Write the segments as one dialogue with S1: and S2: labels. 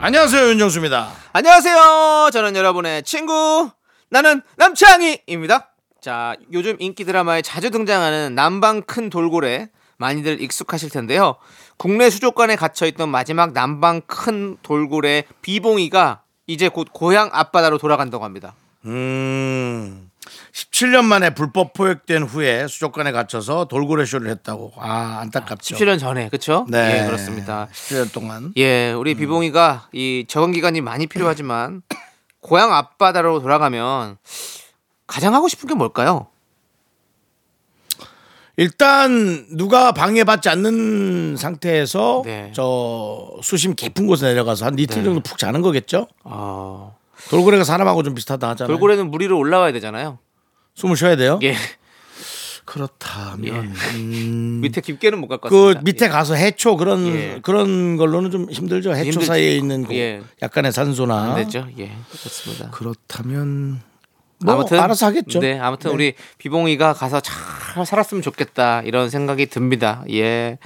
S1: 안녕하세요 윤정수입니다.
S2: 안녕하세요. 저는 여러분의 친구 나는 남창희입니다. 자, 요즘 인기 드라마에 자주 등장하는 남방 큰 돌고래 많이들 익숙하실 텐데요. 국내 수족관에 갇혀 있던 마지막 남방 큰 돌고래 비봉이가 이제 곧 고향 앞바다로 돌아간다고 합니다.
S1: 음, 17년 만에 불법 포획된 후에 수족관에 갇혀서 돌고래 쇼를 했다고. 아 안타깝죠.
S2: 17년 전에. 그렇죠?
S1: 네.
S2: 예, 그렇습니다.
S1: 17년 동안.
S2: 예, 우리 비봉이가 이 적응 기간이 많이 필요하지만 고향 앞바다로 돌아가면 가장 하고 싶은 게 뭘까요?
S1: 일단 누가 방해받지 않는 상태에서
S2: 네.
S1: 저 수심 깊은 곳에 내려가서 한 이틀 정도 푹 자는 거겠죠.
S2: 어,
S1: 돌고래가 사람하고 좀 비슷하다 하잖아요.
S2: 돌고래는 물 위로 올라와야 되잖아요.
S1: 숨을 쉬어야 돼요.
S2: 예.
S1: 그렇다면
S2: 밑에 깊게는 못 갈 것
S1: 음. 그
S2: 같습니다.
S1: 밑에 가서 해초 그런
S2: 예.
S1: 그런 걸로는 좀 힘들죠. 해초
S2: 힘들죠.
S1: 사이에 있는 그
S2: 예.
S1: 약간의 산소나
S2: 예. 되죠. 예. 그렇습니다.
S1: 그렇다면 뭐 알아서 하겠죠.
S2: 네, 아무튼 우리 비봉이가 가서 잘 살았으면 좋겠다 이런 생각이 듭니다. 예.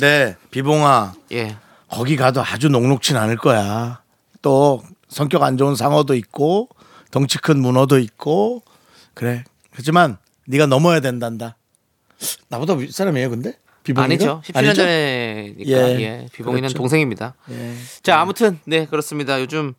S1: 네, 비봉아
S2: 예.
S1: 거기 가도 아주 녹록진 않을 거야. 또 성격 안 좋은 상어도 있고 덩치 큰 문어도 있고 그래. 그렇지만 네가 넘어야 된단다. 나보다 윗사람이에요, 근데? 비봉이가?
S2: 아니죠. 17년
S1: 아니죠?
S2: 전에니까.
S1: 예.
S2: 예. 비봉이는
S1: 그렇죠.
S2: 동생입니다.
S1: 예.
S2: 자, 아무튼 네, 그렇습니다. 요즘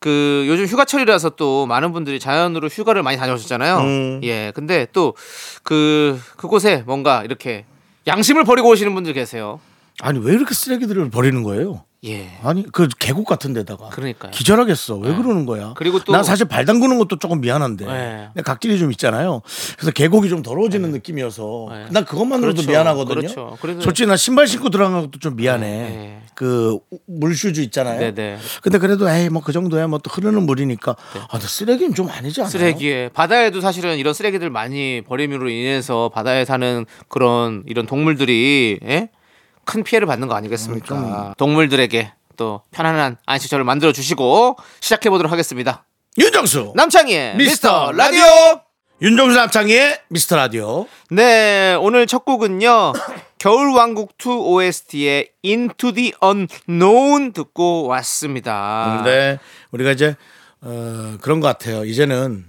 S2: 그 요즘 휴가철이라서 또 많은 분들이 자연으로 휴가를 많이 다녀오셨잖아요.
S1: 음.
S2: 예. 근데 또 그 그곳에 뭔가 이렇게 양심을 버리고 오시는 분들 계세요.
S1: 아니 왜 이렇게 쓰레기들을 버리는 거예요?
S2: 예.
S1: 아니 그 계곡 같은 데다가
S2: 그러니까요. 네.
S1: 기절하겠어 왜 그러는 거야
S2: 그리고 또-
S1: 난 사실 발 담그는 것도 조금 미안한데
S2: 네.
S1: 근데 각질이 좀 있잖아요 그래서 계곡이 좀 더러워지는 느낌이어서
S2: 네.
S1: 난 그것만으로도
S2: 그렇죠.
S1: 미안하거든요
S2: 그렇죠. 그래서-
S1: 솔직히 난 신발 신고 들어간 것도 좀 미안해
S2: 네.
S1: 그 우- 물슈즈 있잖아요
S2: 네, 네.
S1: 근데 그래도 에이 뭐 그 정도야 뭐 또 흐르는 물이니까 아 근데 쓰레기는 좀 아니지 않아요
S2: 쓰레기에 바다에도 사실은 이런 쓰레기들 많이 버림으로 인해서 바다에 사는 그런 이런 동물들이 예? 큰 피해를 받는 거 아니겠습니까? 동물들에게 또 편안한 안식처를 만들어 주시고 시작해 보도록 하겠습니다.
S1: 윤정수
S2: 남창희의
S1: 미스터
S2: 미스터 라디오.
S1: 윤정수 남창희의 미스터 라디오
S2: 네, 오늘 첫 곡은요. 겨울 왕국 2 OST의 Into the Unknown 듣고 왔습니다.
S1: 근데 우리가 이제 어, 그런 것 같아요 이제는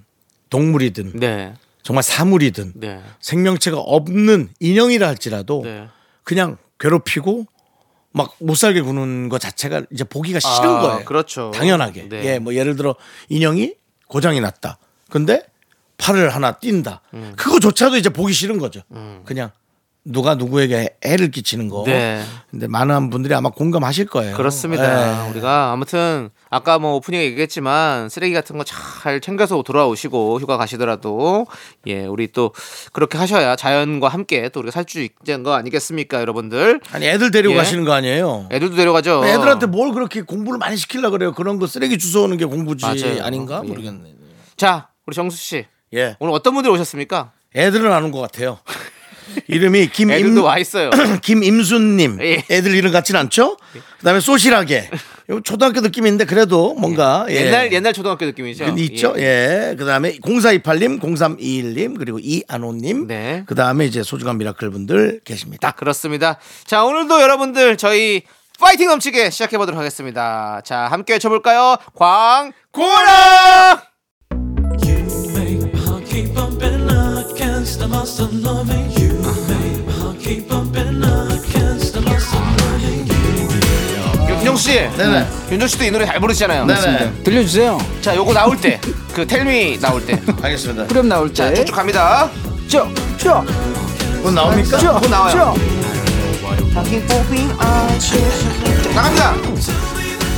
S1: 동물이든
S2: 네.
S1: 정말 사물이든
S2: 네.
S1: 생명체가 없는 인형이라 할지라도
S2: 네.
S1: 그냥 괴롭히고 막 못 살게 구는 것 자체가 이제 보기가 싫은
S2: 아,
S1: 거예요.
S2: 그렇죠.
S1: 당연하게.
S2: 네.
S1: 예, 뭐 예를 들어 인형이 고장이 났다. 근데 팔을 하나 띈다.
S2: 음.
S1: 그거조차도 이제 보기 싫은 거죠. 그냥 누가 누구에게 해를 끼치는 거.
S2: 네.
S1: 근데 많은 분들이 아마 공감하실 거예요.
S2: 음, 그렇습니다.
S1: 예.
S2: 우리가 아무튼 아까 뭐 오프닝에 얘기했지만 쓰레기 같은 거 잘 챙겨서 돌아오시고 휴가 가시더라도 예 우리 또 그렇게 하셔야 자연과 함께 또 우리가 살 수 있는 거 아니겠습니까 여러분들
S1: 아니 애들 데리고
S2: 예. 어.
S1: 가시는 거 아니에요?
S2: 애들도 데려가죠.
S1: 네, 애들한테 뭐 뭘 그렇게 공부를 많이 시키려 그래요? 그런 거 쓰레기 주워오는 게 공부지
S2: 맞아요.
S1: 아닌가
S2: 예.
S1: 모르겠네.
S2: 자 우리 정수 씨
S1: 예,
S2: 오늘 어떤 분들 오셨습니까?
S1: 애들은 아는 것 같아요. 이름이 음,
S2: 애들도
S1: 김임
S2: 와 있어요.
S1: 김임순님.
S2: 예.
S1: 애들 이름 같진 않죠? 그다음에 소실하게. 이거 초등학교 느낌인데 그래도 뭔가 예.
S2: 옛날 옛날 초등학교 느낌이죠.
S1: 근데 있죠.
S2: 예.
S1: 예. 그다음에 0428님, 0321님, 그리고 이안호님.
S2: 네.
S1: 그다음에 이제 소중한 미라클 분들 계십니다.
S2: 그렇습니다. 자 오늘도 여러분들 저희 파이팅 넘치게 시작해 보도록 하겠습니다. 자 함께 쳐볼까요? 광고라
S3: You make my heart keep bumping. I can't stop myself loving you. Make my heart keep bumping. I can't stop myself loving you.
S2: 음. 윤정 씨,
S1: 네네.
S2: 윤정 씨도 이 노래 잘 부르시잖아요.
S1: 네네.
S4: 들려주세요.
S2: 자, 요거 나올 때, 그 텔미 나올 때,
S1: 알겠습니다.
S4: 그럼 나올
S2: 자,
S4: 때.
S2: 쭉쭉 갑니다.
S4: 쭉, 쭉,
S1: 곧 나옵니까?
S4: 쭉,
S2: 뭐 나와요?
S4: 쭉.
S2: 나갑니다.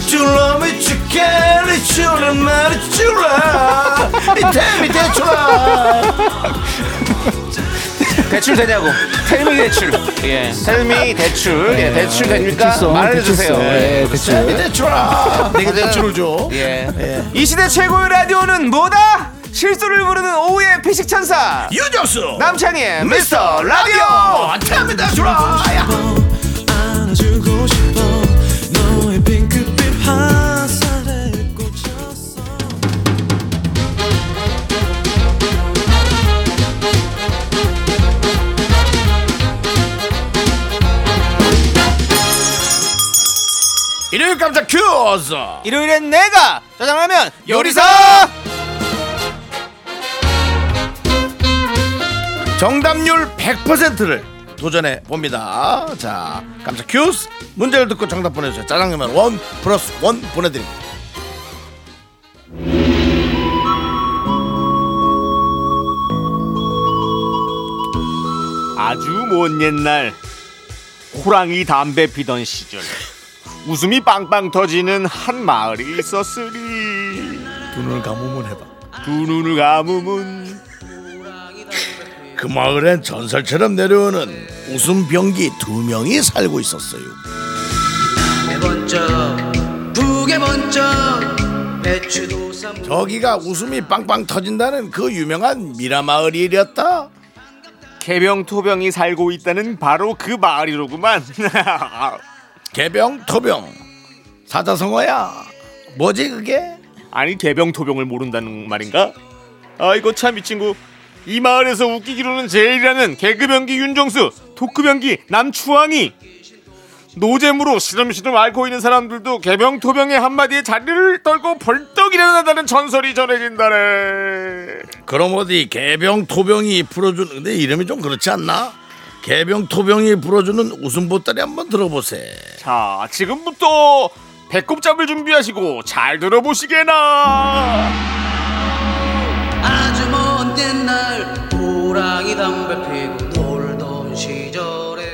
S1: 줄라 미치겠니 줄라 말이 줄라 이태미 대출라
S2: 대출 되냐고. 텔미 대출. 예. 텔미 대출. 예. 대출 됩니까? 말해주세요. 예. 대출.
S1: 내 대출아. 내게 네, 대출을 줘.
S2: 예. 이 시대 최고의 라디오는 뭐다? 실수를 부르는 오후의 피식 천사
S1: 유정수.
S2: 남창희의 미스터 라디오.
S1: 어, 텔미 대출아. 야.
S3: 안아주고 싶어 너의 핑크빛 화살에 꽂혔어
S1: 일요일 깜짝 큐즈.
S2: 일요일엔 내가 짜장라면 요리사.
S1: 정답률 100%를 도전해 봅니다. 자, 깜짝 큐즈. 문제를 듣고 정답 보내주세요. 짜장라면 원 플러스 원 보내드립니다.
S4: 아주 먼 옛날 호랑이 담배 피던 시절 웃음이 빵빵 터지는 한 마을이 있었으리
S1: 눈을 감으면 해봐.
S4: 두 눈을 감으면
S1: 그 마을엔 전설처럼 내려오는 웃음 병기 두 명이 살고 있었어요. 저기가 웃음이 빵빵 터진다는 그 유명한 미라 마을이었다.
S4: 개병 토병이 살고 있다는 바로 그 마을이로구만
S1: 개병 토병 사자성어야. 뭐지 그게?
S4: 아니 개병 토병을 모른다는 말인가? 아이고 참 이 친구 이 마을에서 웃기기로는 제일이라는 개그병기 윤정수 토크병기 남추왕이 노잼으로 시름시름 앓고 있는 사람들도 개병 토병의 한마디에 자리를 떨고 벌떡 일어나다는 전설이 전해진다네
S1: 그럼 어디 개병 토병이 불어주는 근데 이름이 좀 그렇지 않나? 개병 토병이 불어주는 웃음 보따리 한번 들어보세요.
S4: 자 지금부터 배꼽 잡을 준비하시고 잘 들어보시게나
S5: 아주 먼 옛날 호랑이 담배 피고 놀던 시절에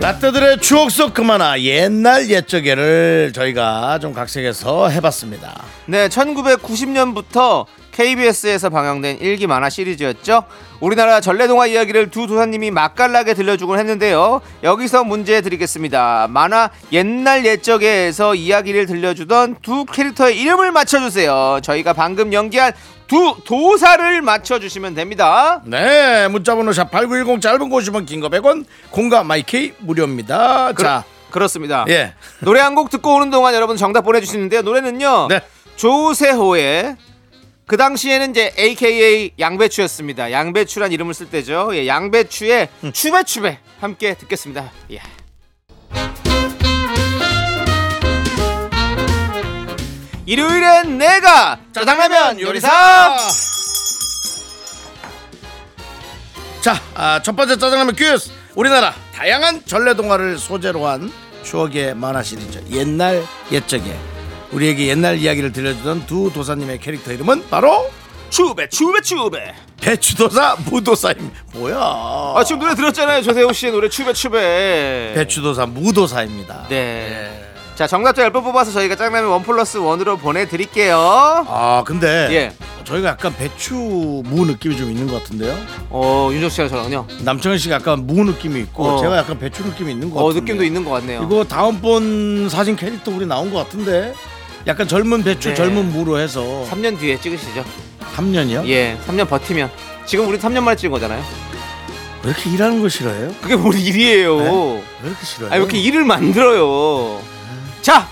S1: 라떼들의 추억 속 그만아 옛날 옛적에를 저희가 좀 각색해서 해봤습니다.
S2: 네, 1990년부터 KBS에서 방영된 일기 만화 시리즈였죠. 우리나라 전래동화 이야기를 두 도사님이 맛깔나게 들려주곤 했는데요. 여기서 문제 드리겠습니다. 만화 옛날 옛적에서 이야기를 들려주던 두 캐릭터의 이름을 맞춰주세요. 저희가 방금 연기한 두 도사를 맞춰주시면 됩니다.
S1: 네 문자번호 샵 8910 짧은 거 50원 긴 거 100원 공과 마이케이 무료입니다. 자
S2: 그렇습니다.
S1: 예.
S2: 노래 한 곡 듣고 오는 동안 여러분 정답 보내주시는데요. 노래는요.
S1: 네.
S2: 조세호의 그 당시에는 이제 AKA 양배추였습니다. 양배추란 이름을 쓸 때죠. 예, 양배추의
S4: 음.
S2: 추배추배 함께 듣겠습니다. 예. 일요일엔 내가 짜장라면 요리사
S1: 자, 아, 첫 번째 짜장라면 퀴즈. 우리나라 다양한 전래 동화를 소재로 한 추억의 만화 시리즈 옛날 옛적에 우리에게 옛날 이야기를 들려주던 두 도사님의 캐릭터 이름은 바로
S4: 추배 추배 추배
S1: 배추도사 무도사임. 뭐야?
S2: 아 지금 노래 들었잖아요. 조세호 씨의 노래 추배추배
S1: 배추도사 무도사입니다.
S2: 네. 자 정답자 10번 뽑아서 저희가 짱라면 원 플러스 원으로 보내드릴게요
S1: 아 근데
S2: 예.
S1: 저희가 약간 배추 무 느낌이 좀 있는 것 같은데요.
S2: 어 윤정 씨랑 저랑요
S1: 남창희 씨가 약간 무 느낌이 있고
S2: 어.
S1: 제가 약간 배추 느낌이 있는 것
S2: 어
S1: 같은데.
S2: 느낌도 있는 것 같네요
S1: 이거 다음번 사진 캐릭터 우리 나온 것 같은데 약간 젊은 배추
S2: 네.
S1: 젊은 무로 해서
S2: 3년 뒤에 찍으시죠
S1: 3, 년이요
S2: 예 3년 버티면 지금 우리 3년 만에 찍은 거잖아요
S1: 왜 이렇게 일하는 걸 싫어해요?
S2: 그게 뭘 일이에요
S1: 왜 이렇게 싫어해요?
S2: 아왜 이렇게 일을 만들어요 자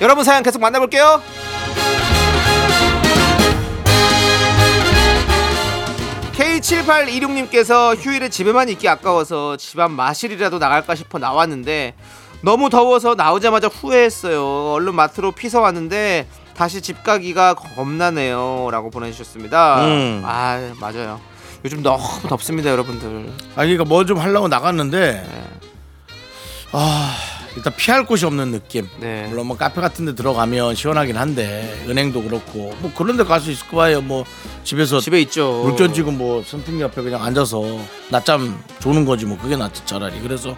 S2: 여러분 사연 계속 만나볼게요 K7826님께서 휴일에 집에만 있기 아까워서 집안 마실이라도 나갈까 싶어 나왔는데 너무 더워서 나오자마자 후회했어요. 얼른 마트로 피서 왔는데 다시 집 가기가 겁나네요. 라고 보내주셨습니다.
S1: 음.
S2: 아, 맞아요. 요즘 너무 덥습니다, 여러분들.
S1: 아 그러니까 뭐 좀 하려고 나갔는데
S2: 네.
S1: 아 일단 피할 곳이 없는 느낌
S2: 네.
S1: 물론 뭐 카페 같은 데 들어가면 시원하긴 한데 은행도 그렇고 뭐 그런 데 갈 수 있을 거예요 뭐 집에서
S2: 집에 있죠.
S1: 물 던지고 뭐 선풍기 옆에 그냥 앉아서 낮잠 조는 거지 뭐 그게 낫지 차라리 그래서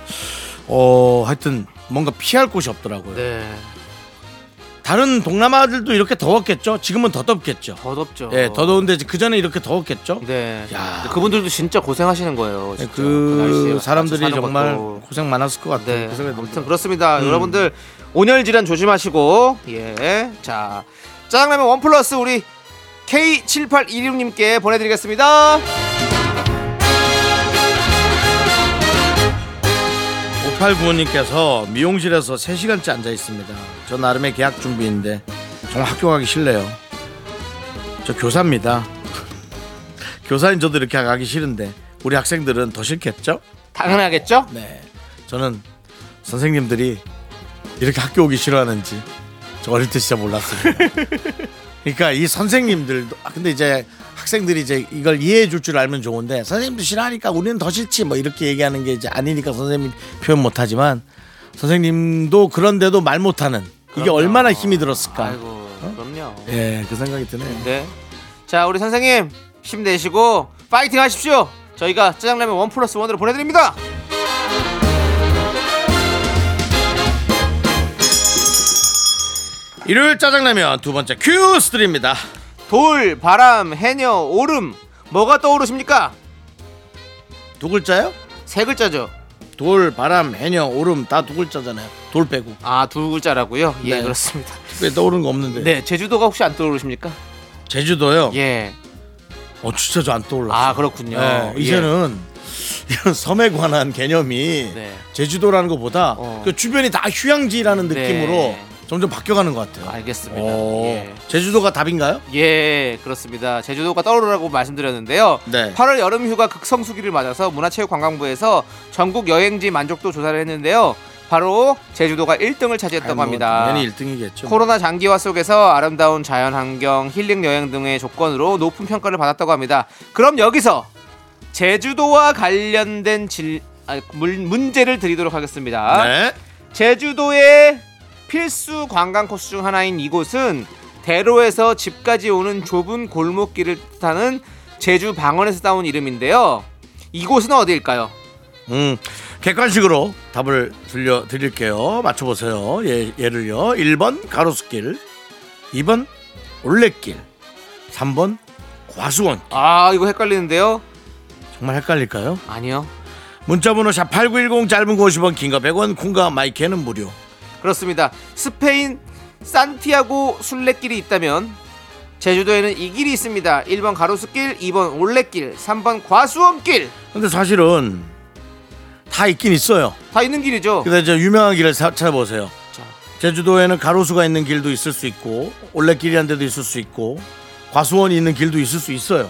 S1: 어 하여튼 뭔가 피할 곳이 없더라고요
S2: 네.
S1: 다른 동남아들도 이렇게 더웠겠죠. 지금은 더 덥겠죠.
S2: 더 덥죠.
S1: 예, 더 더운데 그 전에 이렇게 더웠겠죠.
S2: 어. 네.
S1: 야.
S2: 그분들도 진짜 고생하시는 거예요. 진짜.
S1: 그
S2: 날씨에
S1: 사람들이
S2: 같이 사는
S1: 정말
S2: 것도.
S1: 고생 많았을 것 같아요.
S2: 네.
S1: 그 생각이 듭니다. 음.
S2: 아무튼 그렇습니다. 여러분들 온열 질환 조심하시고 예. 자, 짜장라면 원 플러스 우리 K7816님께 보내드리겠습니다.
S1: 5895님께서 미용실에서 3시간째 앉아 있습니다. 저 나름의 계약 준비인데 정말 학교 가기 싫네요. 저 교사입니다. 교사인 저도 이렇게 가기 싫은데 우리 학생들은 더 싫겠죠?
S2: 당연하겠죠?
S1: 네. 저는 선생님들이 이렇게 학교 오기 싫어하는지 저 어릴 때 진짜 몰랐습니다. 그러니까 이 선생님들도 아, 근데 이제 학생들이 이제 이걸 이해해 줄 줄 알면 좋은데 선생님도 싫어하니까 우리는 더 싫지 뭐 이렇게 얘기하는 게 이제 아니니까 선생님 표현 못 하지만 선생님도 그런데도 말 못하는 이게
S2: 그럼요.
S1: 얼마나 힘이 들었을까.
S2: 아이고, 그럼요.
S1: 예, 그 생각이 드네요.
S2: 네. 자, 우리 선생님 힘내시고 파이팅 하십시오. 저희가 짜장라면 원 플러스 원으로 보내드립니다.
S1: 일요일 짜장라면 두 번째 큐스 드립니다.
S2: 돌, 바람, 해녀, 오름 뭐가 떠오르십니까?
S1: 두 글자요?
S2: 세 글자죠.
S1: 돌, 바람, 해녀, 오름 다 두 글자잖아요. 돌 빼고.
S2: 아, 두 글자라고요? 예,
S1: 네.
S2: 그렇습니다.
S1: 왜 떠오르는 거 없는데.
S2: 네, 제주도가 혹시 안 떠오르십니까?
S1: 어, 제주도요.
S2: 예.
S1: 어 진짜 저 안 떠올랐어.
S2: 아, 그렇군요.
S1: 예, 이제는 이런 섬에 관한 개념이
S2: 네.
S1: 제주도라는 것보다
S2: 어.
S1: 그 주변이 다 휴양지라는
S2: 네.
S1: 느낌으로 점점 바뀌어가는 것 같아요.
S2: 알겠습니다.
S1: 오,
S2: 예.
S1: 제주도가 답인가요?
S2: 예, 그렇습니다. 제주도가 떠오르라고 말씀드렸는데요.
S1: 네.
S2: 8월 여름 휴가 극성수기를 맞아서 문화체육관광부에서 전국 여행지 만족도 조사를 했는데요. 바로 제주도가 1등을 차지했다고
S1: 아니, 뭐
S2: 합니다.
S1: 당연히 1등이겠죠.
S2: 코로나 장기화 속에서 아름다운 자연 환경, 힐링 여행 등의 조건으로 높은 평가를 받았다고 합니다. 그럼 여기서 제주도와 관련된 질, 아, 문, 문제를 드리도록 하겠습니다.
S1: 네.
S2: 제주도의 필수 관광 코스 중 하나인 이곳은 대로에서 집까지 오는 좁은 골목길을 뜻하는 제주 방언에서 따온 이름인데요. 이곳은 어디일까요?
S1: 음, 객관식으로 답을 들려 드릴게요. 맞춰보세요. 예, 예를요. 1번 가로수길, 2번 올레길, 3번 과수원.
S2: 아 이거 헷갈리는데요.
S1: 정말 헷갈릴까요?
S2: 아니요.
S1: 문자번호 샵8910 짧은 거 50원 긴 거 100원 콩과 마이크는 무료
S2: 그렇습니다. 스페인 산티아고 순례길이 있다면 제주도에는 이 길이 있습니다. 1번 가로수길, 2번 올레길, 3번 과수원길
S1: 근데 사실은 다 있긴 있어요
S2: 다 있는 길이죠.
S1: 근데 저 유명한 길을 사- 찾아보세요
S2: 자.
S1: 제주도에는 가로수가 있는 길도 있을 수 있고 올레길이란 데도 있을 수 있고 과수원이 있는 길도 있을 수 있어요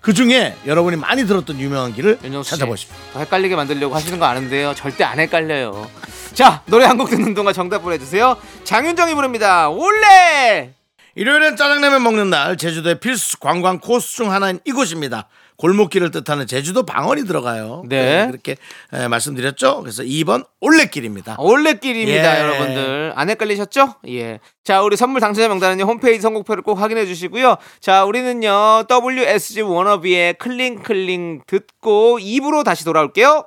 S1: 그중에 여러분이 많이 들었던 유명한 길을
S2: 윤정수 씨,
S1: 찾아보십시오
S2: 더 헷갈리게 만들려고 하시는 거 아는데요. 절대 안 헷갈려요. 자, 노래 한 곡 듣는 동안 정답 보내주세요. 장윤정이 부릅니다. 올레!
S1: 일요일엔 짜장라면 먹는 날 제주도의 필수 관광 코스 중 하나인 이곳입니다. 골목길을 뜻하는 제주도 방언이 들어가요.
S2: 네.
S1: 그렇게 에, 말씀드렸죠. 그래서 2번 올레길입니다.
S2: 올레길입니다,
S1: 예.
S2: 아, 여러분들. 안 헷갈리셨죠? 예. 자, 우리 선물 당첨자 명단은요, 홈페이지 선곡표를 꼭 확인해 주시고요. 자, 우리는요, WSG 워너비의 클링클링 듣고 입으로 다시 돌아올게요.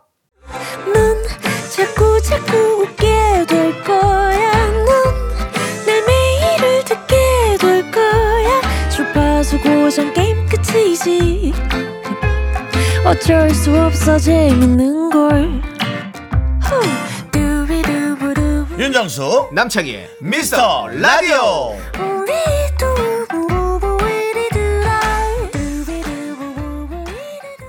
S6: 넌 자꾸 자꾸 웃게 될 거야. 넌내 매일을 듣게 될 거야. 주파수 고정 게임 끝이지. 어쩔 수 없어 재밌는 걸. 후. 두비두부두.
S1: 윤정수
S2: 남창희의
S1: 미스터 라디오.
S6: 우리 두부부부 우리 두라. 두비두부부부 우리 두라.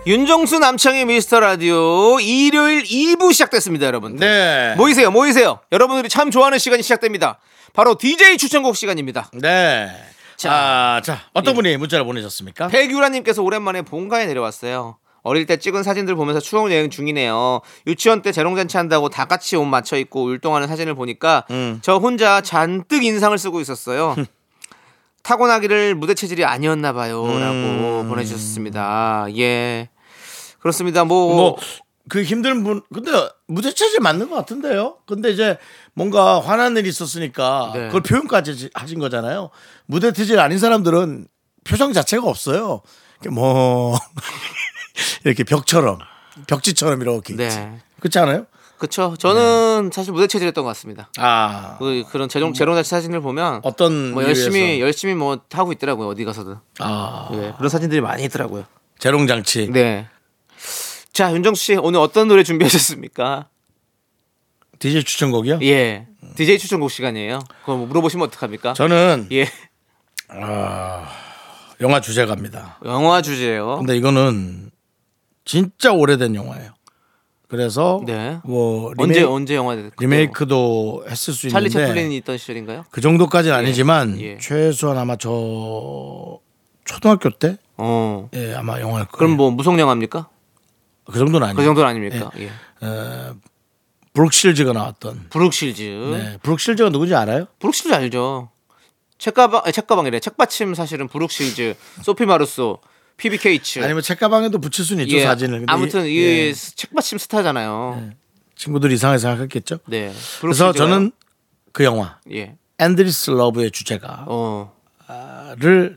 S2: 윤정수 남창희 미스터 라디오 일요일 2부 시작됐습니다, 여러분들.
S1: 네.
S2: 모이세요, 모이세요. 여러분들이 참 좋아하는 시간이 시작됩니다. 바로 DJ 추천곡 시간입니다.
S1: 네. 자, 자 어떤
S2: 예.
S1: 분이 문자를 보내셨습니까?
S2: 백유라님께서 오랜만에 본가에 내려왔어요. 어릴 때 찍은 사진들 보면서 추억 여행 중이네요. 유치원 때 재롱잔치 한다고 다 같이 옷 맞춰 입고 율동하는 사진을 보니까 저 혼자 잔뜩 인상을 쓰고 있었어요. 타고나기를 무대 체질이 아니었나 봐요라고 보내주셨습니다. 예. 그렇습니다. 뭐,
S1: 뭐 그 힘든 분 근데 무대 체질 맞는 것 같은데요. 근데 이제 뭔가 화난 일이 있었으니까
S2: 네.
S1: 그걸 표현까지 지- 하신 거잖아요. 무대 체질 아닌 사람들은 표정 자체가 없어요. 이렇게 뭐 이렇게 벽처럼 벽지처럼 이렇게 있지.
S2: 네.
S1: 그렇지 않아요?
S2: 그쵸. 저는 사실 무대 체질이었던 것 같습니다.
S1: 아
S2: 그, 그런 재롱 재롱 자체 사진을 보면
S1: 어떤
S2: 뭐 열심히
S1: 이유에서?
S2: 열심히 뭐 하고 있더라고요 어디 가서든
S1: 아
S2: 예, 그런 사진들이 많이 있더라고요.
S1: 재롱 장치
S2: 네. 자 윤정수 씨 오늘 어떤 노래 준비하셨습니까?
S1: DJ 추천곡이요?
S2: 예. DJ 추천곡 시간이에요. 그거 뭐 물어보시면 어떡합니까?
S1: 저는
S2: 예.
S1: 영화 주제가입니다.
S2: 영화 주제예요.
S1: 근데 이거는 진짜 오래된 영화예요. 그래서
S2: 네.
S1: 뭐
S2: 언제
S1: 리메이,
S2: 언제 영화 됐-
S1: 리메이크도 했을 수
S2: 찰리
S1: 있는데
S2: 채플린이 있던 시절인가요?
S1: 그 정도까지는 아니지만
S2: 예.
S1: 최소한 아마 저 초등학교 때
S2: 어.
S1: 예, 아마 영화일 거예요.
S2: 그럼 뭐 무속 영화입니까?
S1: 그 정도는 아니에요.
S2: 그 정도는 아닙니까? 예.
S1: 브룩실즈가 나왔던.
S2: 브룩실즈.
S1: 네, 브룩실즈가 누군지 알아요?
S2: 브룩실즈 알죠? 책가방 아니, 책가방이래. 책받침 사실은 브룩실즈, 소피 마루소, PBKH.
S1: 아니면 책가방에도 붙일 수는 있죠
S2: 예.
S1: 사진을. 근데
S2: 아무튼 이,
S1: 이- 예,
S2: 스- 책받침 스타잖아요.
S1: 친구들이 이상하게 생각했겠죠.
S2: 네.
S1: 그래서
S2: 브룩실즈가요?
S1: 저는 그 영화
S2: 예.
S1: 앤드리스 러브의 주제가를
S2: 어.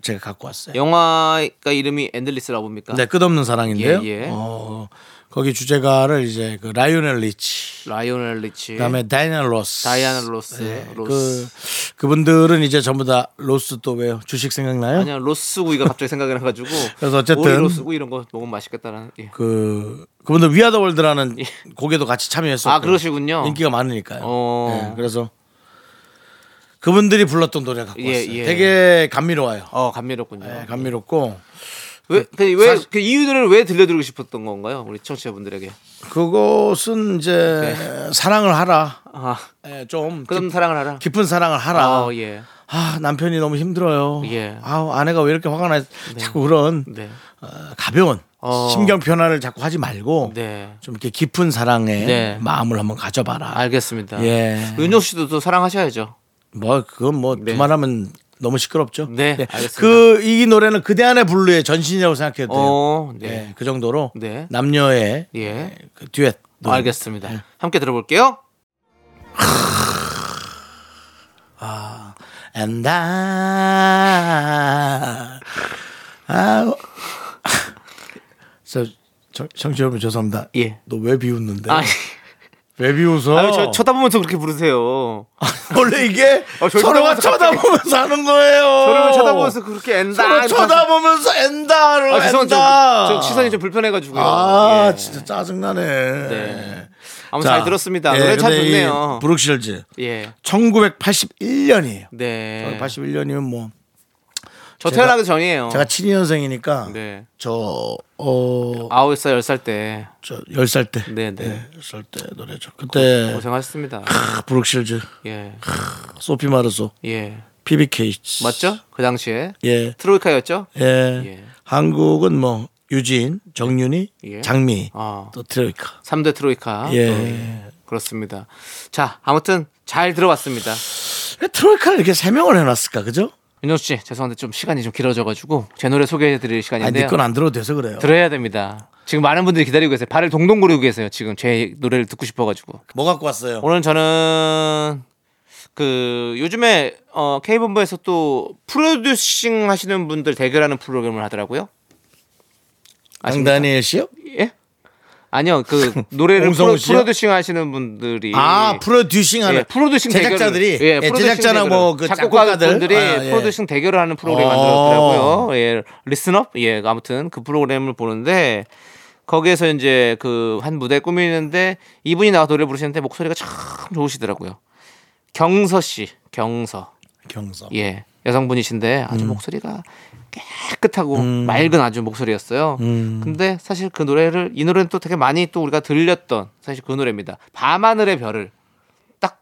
S1: 제가 갖고 왔어요.
S2: 영화가 이름이 엔들리스 러브입니까?
S1: 네, 끝없는 사랑인데요.
S2: 예, 예.
S1: 어, 거기 주제가를 이제 그 라이오넬 리치,
S2: 라이오넬 리치.
S1: 그다음에 다이나 로스,
S2: 예. 다이아나 로스,
S1: 예,
S2: 로스.
S1: 그 그분들은 이제 전부 다 로스 또 왜요? 주식 생각나요?
S2: 아니야 로스 구이가 갑자기 생각이 나가지고
S1: 그 그래서 어쨌든-
S2: 오리 로스 구이 이런 거 먹으면 맛있겠다라는 예.
S1: 그 그분들 위아더 월드라는 곡에도 같이 참여했었고
S2: 아 그러시군요
S1: 인기가 많으니까요.
S2: 어.
S1: 예, 그래서 그분들이 불렀던 노래 갖고
S2: 예,
S1: 왔어요.
S2: 예.
S1: 되게 감미로워요.
S2: 어 감미롭군요
S1: 예, 감미롭고
S2: 왜왜그 이유들을 왜 들려드리고 싶었던 건가요 우리 청취자분들에게
S1: 그것은 이제 사랑을 하라.
S2: 아
S1: 예, 좀
S2: 네. 그럼
S1: 깊,
S2: 사랑을 하라
S1: 깊은 사랑을 하라.
S2: 아 예
S1: 아 남편이 너무 힘들어요.
S2: 예.
S1: 아우 아내가 왜 이렇게 화가 나? 자꾸 그런
S2: 네.
S1: 어, 가벼운
S2: 어.
S1: 심경 변화를 자꾸 하지 말고
S2: 네.
S1: 좀 이렇게 깊은 사랑의
S2: 네.
S1: 마음을 한번 가져봐라.
S2: 알겠습니다
S1: 예.
S2: 윤정 씨도 또 사랑하셔야죠
S1: 뭐 그건 뭐
S2: 네.
S1: 그만하면 너무 시끄럽죠.
S2: 네,
S1: 예.
S2: 알겠습니다.
S1: 그 이 노래는 그대 안의 블루의 전신이라고 생각해도 돼요.
S2: 어네
S1: 예, 그 정도로
S2: 네.
S1: 남녀의
S2: 예.
S1: 그 듀엣. 노래.
S2: 알겠습니다
S1: 네.
S2: 함께 들어볼게요
S1: And I, 아, 저, 저, 청취자 여러분 죄송합니다.
S2: 예.
S1: 너 왜 비웃는데?
S2: 아
S1: 왜 네. 비웃어?
S2: 아유, 저 쳐다보면서 그렇게 부르세요
S1: 원래 이게
S2: 어, 저를
S1: 서로가
S2: 쳐다보면서
S1: 쳐다보면서 하는 거예요.
S2: 저를 쳐다보면서 그렇게 엔다
S1: 서로 쳐다보면서 엔다를
S2: 아 죄송해요
S1: 엔다.
S2: 저, 저 시선이 좀 불편해가지고요
S1: 아
S2: 예.
S1: 진짜 짜증나네.
S2: 네. 아무튼 잘 들었습니다. 노래 참
S1: 예, 근데 이
S2: 좋네요.
S1: 브룩실즈
S2: 예.
S1: 1981년이에요.
S2: 네.
S1: 81년이면 뭐
S2: 저
S1: 제가-
S2: 태어나기 전이에요.
S1: 제가 7년생이니까
S2: 네.
S1: 저어저
S2: 아홉 살, 열 살 때.
S1: 어, 10살 때. 예,
S2: 네, 뭐, 네.
S1: 10살 때 노래죠. 그때
S2: 고생하셨습니다.
S1: 아, 브룩실즈,
S2: 예.
S1: 소피 마르소,
S2: 예.
S1: PBK
S2: 맞죠? 그 당시에.
S1: 예.
S2: 트로이카였죠?
S1: 예.
S2: 예.
S1: 한국은 뭐 유진, 정윤이,
S2: 예.
S1: 장미,
S2: 아.
S1: 또 트레이카.
S2: 삼대 트로이카.
S1: 예.
S2: 또, 예. 그렇습니다. 자, 아무튼 잘 들어봤습니다.
S1: 왜 트로이카를 이렇게 세 명을 해놨을까, 그죠?
S2: 윤정수 씨, 죄송한데 좀 시간이 좀 길어져가지고 제 노래 소개해드릴
S1: 아니,
S2: 시간인데요.
S1: 네건안 들어도 돼서 그래요.
S2: 들어야 됩니다. 지금 많은 분들이 기다리고 계세요. 발을 동동 구르고 계세요. 지금 제 노래를 듣고 싶어가지고.
S1: 뭐 갖고 왔어요?
S2: 오늘 저는 그 요즘에 어 K본부에서 또 프로듀싱 하시는 분들 대결하는 프로그램을 하더라고요. 아십니까?
S1: 강다니엘 씨요?
S2: 예? 아니요. 그 노래를 프로,
S1: 홍성우 씨요?
S2: 프로듀싱 하는 분들이
S1: 아 프로듀싱 하는
S2: 예, 프로듀싱
S1: 제작자들이
S2: 대결을- 예, 프로듀싱
S1: 제작자나
S2: 대결을.
S1: 뭐그 작곡가들
S2: 작곡가분들이
S1: 아, 예.
S2: 프로듀싱 대결을 하는 프로그램
S1: 어.
S2: 만들었더라고요. 예, 리스업 예, 아무튼 그 프로그램을 보는데 거기에서 이제 그 한 무대 꾸미는데 이분이 나와 노래 부르시는데 목소리가 참 좋으시더라고요. 경서 씨, 경서
S1: 경서
S2: 예 여성분이신데 아주 목소리가 깨끗하고 맑은 아주 목소리였어요. 근데 사실 그 노래를 이 노래는 또 되게 많이 또 우리가 들렸던 사실 그 노래입니다. 밤하늘의 별을 딱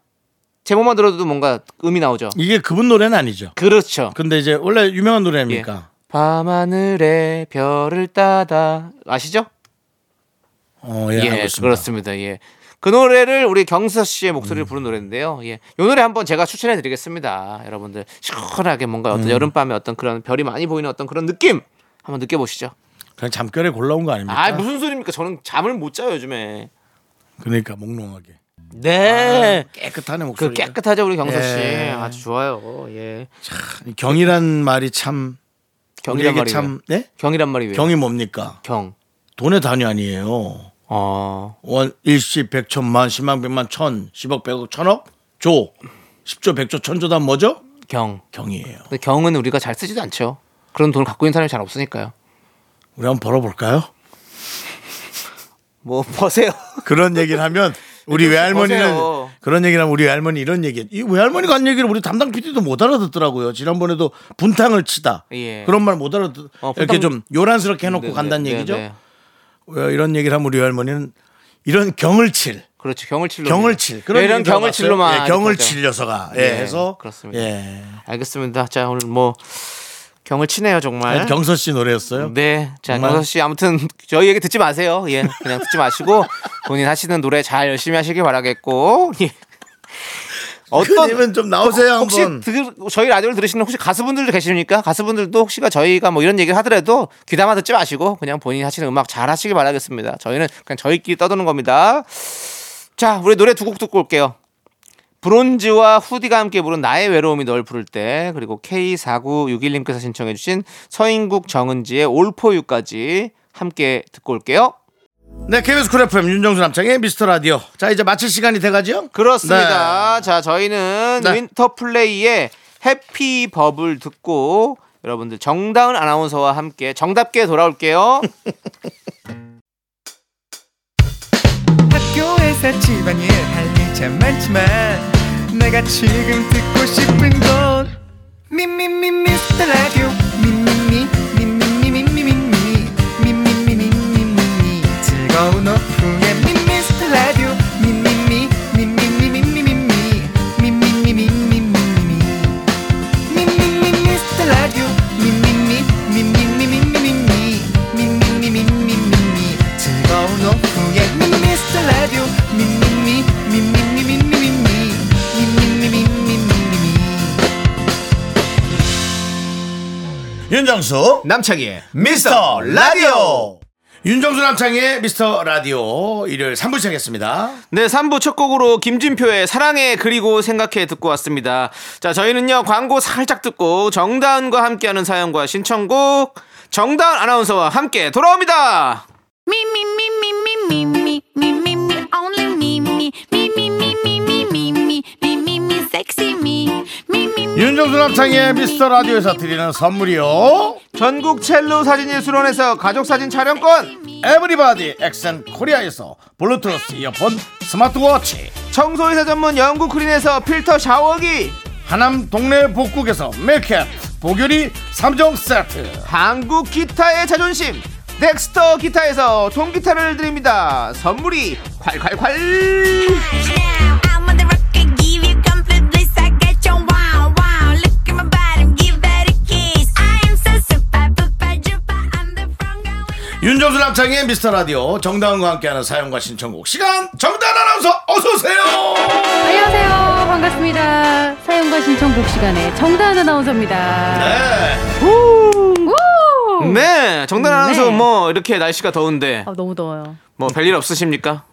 S2: 제목만 들어도 뭔가 음이 나오죠.
S1: 이게 그분 노래는 아니죠.
S2: 그렇죠.
S1: 근데 이제 원래 유명한 노래입니까?
S2: 예. 밤하늘의 별을 따다 아시죠?
S1: 어, 예, 알고 있습니다.
S2: 그렇습니다. 예. 그 노래를 우리 경서 씨의 목소리를
S1: 음.
S2: 부른 노래인데요. 예. 요 노래 한번 제가 추천해 드리겠습니다. 여러분들 시원하게 뭔가
S1: 음.
S2: 어떤 여름밤에 어떤 그런 별이 많이 보이는 어떤 그런 느낌 한번 느껴보시죠.
S1: 그냥 잠결에 골라온 거 아닙니까?
S2: 아, 무슨 소리입니까? 저는 잠을 못 자요, 요즘에.
S1: 그러니까 몽롱하게
S2: 네.
S1: 깨끗하네
S2: 그
S1: 목소리.
S2: 깨끗하죠, 우리 경서 씨.
S1: 예.
S2: 아주 좋아요. 예.
S1: 경이란 말이 참
S2: 경이란
S1: 우리에게
S2: 예. 말이
S1: 참 네?
S2: 경이란 말이 왜?
S1: 경이 뭡니까?
S2: 경.
S1: 돈의 단위 아니에요.
S2: 어.
S1: 원 일시 백천만 십만 백만 천 십억 백억 천억 조 십조 백조 천조단 뭐죠?
S2: 경.
S1: 경이에요.
S2: 근데 경은 우리가 잘 쓰지도 않죠. 그런 돈을 갖고 있는 사람이 잘 없으니까요.
S1: 우리 한번 벌어볼까요?
S2: 뭐 버세요.
S1: 그런 얘기를 하면 우리 외할머니는
S2: 보세요.
S1: 그런 얘기를 하면 우리 외할머니 이런 얘기 이 외할머니가 한 얘기를 우리 담당 PD도 못 알아듣더라고요. 지난번에도 분탕을 치다
S2: 예.
S1: 그런 말 못 알아듣
S2: 어, 분탕-
S1: 이렇게 좀 요란스럽게 해놓고
S2: 네,
S1: 간다는
S2: 네, 네,
S1: 얘기죠.
S2: 네.
S1: 왜 이런 얘기를 하면 우리 외할머니는 이런 경을 칠
S2: 그렇죠. 경을 칠로.
S1: 경을 칠
S2: 그런 네, 이런
S1: 얘기 들어봤어요?
S2: 경을 칠로만.
S1: 예, 경을
S2: 하죠.
S1: 칠 녀석아 예,
S2: 예,
S1: 해서
S2: 그렇습니다.
S1: 예.
S2: 알겠습니다. 자 오늘 뭐 경을 치네요 정말.
S1: 아, 경서 씨 노래였어요.
S2: 아, 예? 네. 자,
S1: 정말.
S2: 경서 씨 아무튼 저희 얘기 듣지 마세요. 예. 그냥 듣지 마시고 본인 하시는 노래 잘 열심히 하시길 바라겠고. 예.
S1: 어떤 좀 나오세요
S2: 혹시
S1: 한번.
S2: 들- 저희 라디오를 들으시는 혹시 가수분들도 계십니까? 가수분들도 혹시가 저희가 뭐 이런 얘기를 하더라도 귀담아 듣지 마시고 그냥 본인이 하시는 음악 잘 하시길 바라겠습니다. 저희는 그냥 저희끼리 떠드는 겁니다. 자, 우리 노래 두 곡 듣고 올게요. 브론즈와 후디가 함께 부른 나의 외로움이 널 부를 때 그리고 K4961님께서 신청해 주신 서인국 정은지의 올포유까지 함께 듣고 올게요.
S1: 네, KBS 쿨 FM 윤정수 남창의 미스터 라디오. 자, 이제 마칠 시간이 네. 돼가지요?
S2: 그렇습니다. 자, 저희는
S1: 네.
S2: 윈터 플레이의 해피 버블 듣고 여러분들 정다은 아나운서와 함께 정답게 돌아올게요.
S7: 학교에서 집안일 할 일 참 많지만 내가 지금 듣고 싶은 건 미미미 미스터 라디오 미미미 미미미미미미 미미미미미미 즐거운 오후에 미미스터 라디오 미미미 미미미미미미 미미미미미미미 미미미 미스터 라디오 미미미 미미미미미미 미미미미미미 즐거운 오후에 미스터 라디오 미미미 미미미미미미 미미미미미미미
S1: 윤정수
S2: 남창희의
S1: 미스터 라디오. 윤정수 남창의 미스터 라디오 일요일 3부 시작했습니다.
S2: 네, 3부 첫 곡으로 김진표의 사랑해 그리고 생각해 듣고 왔습니다. 자, 저희는요, 광고 살짝 듣고 정다은과 함께하는 사연과 신청곡 정다은 아나운서와 함께 돌아옵니다.
S6: Me me me me me me me me me me only me me me me me me me me me me me me sexy me me me me
S1: 윤정수 남창의 미스터 라디오에서 드리는 선물이요.
S2: 전국 첼로 사진예술원에서 가족사진 촬영권
S1: 에브리바디 엑센 코리아에서 블루투스 이어폰 스마트워치.
S2: 청소이사 전문 영국 크린에서 필터 샤워기
S1: 하남 동네 복국에서 밀켓 보교리 3종 세트.
S2: 한국 기타의 자존심 넥스터 기타에서 통기타를 드립니다 선물이 콸콸콸
S6: now I'm on the rocket give you complete bliss I get your wow wow look at my bottom give that a kiss I am so super super duper I'm the front going
S1: 윤정수 남창의 미스터 라디오 정다은과 함께하는 사연과 신청곡 시간 정다은 아나운서 어서 오세요.
S8: 안녕하세요. 반갑습니다. 사연과 신청곡 시간에 정다은
S1: 네.
S8: 아나운서입니다. 우!
S2: 네 정단 아나운서
S8: 네.
S2: 뭐 이렇게 날씨가 더운데
S8: 아, 너무 더워요.
S2: 뭐 별일 없으십니까?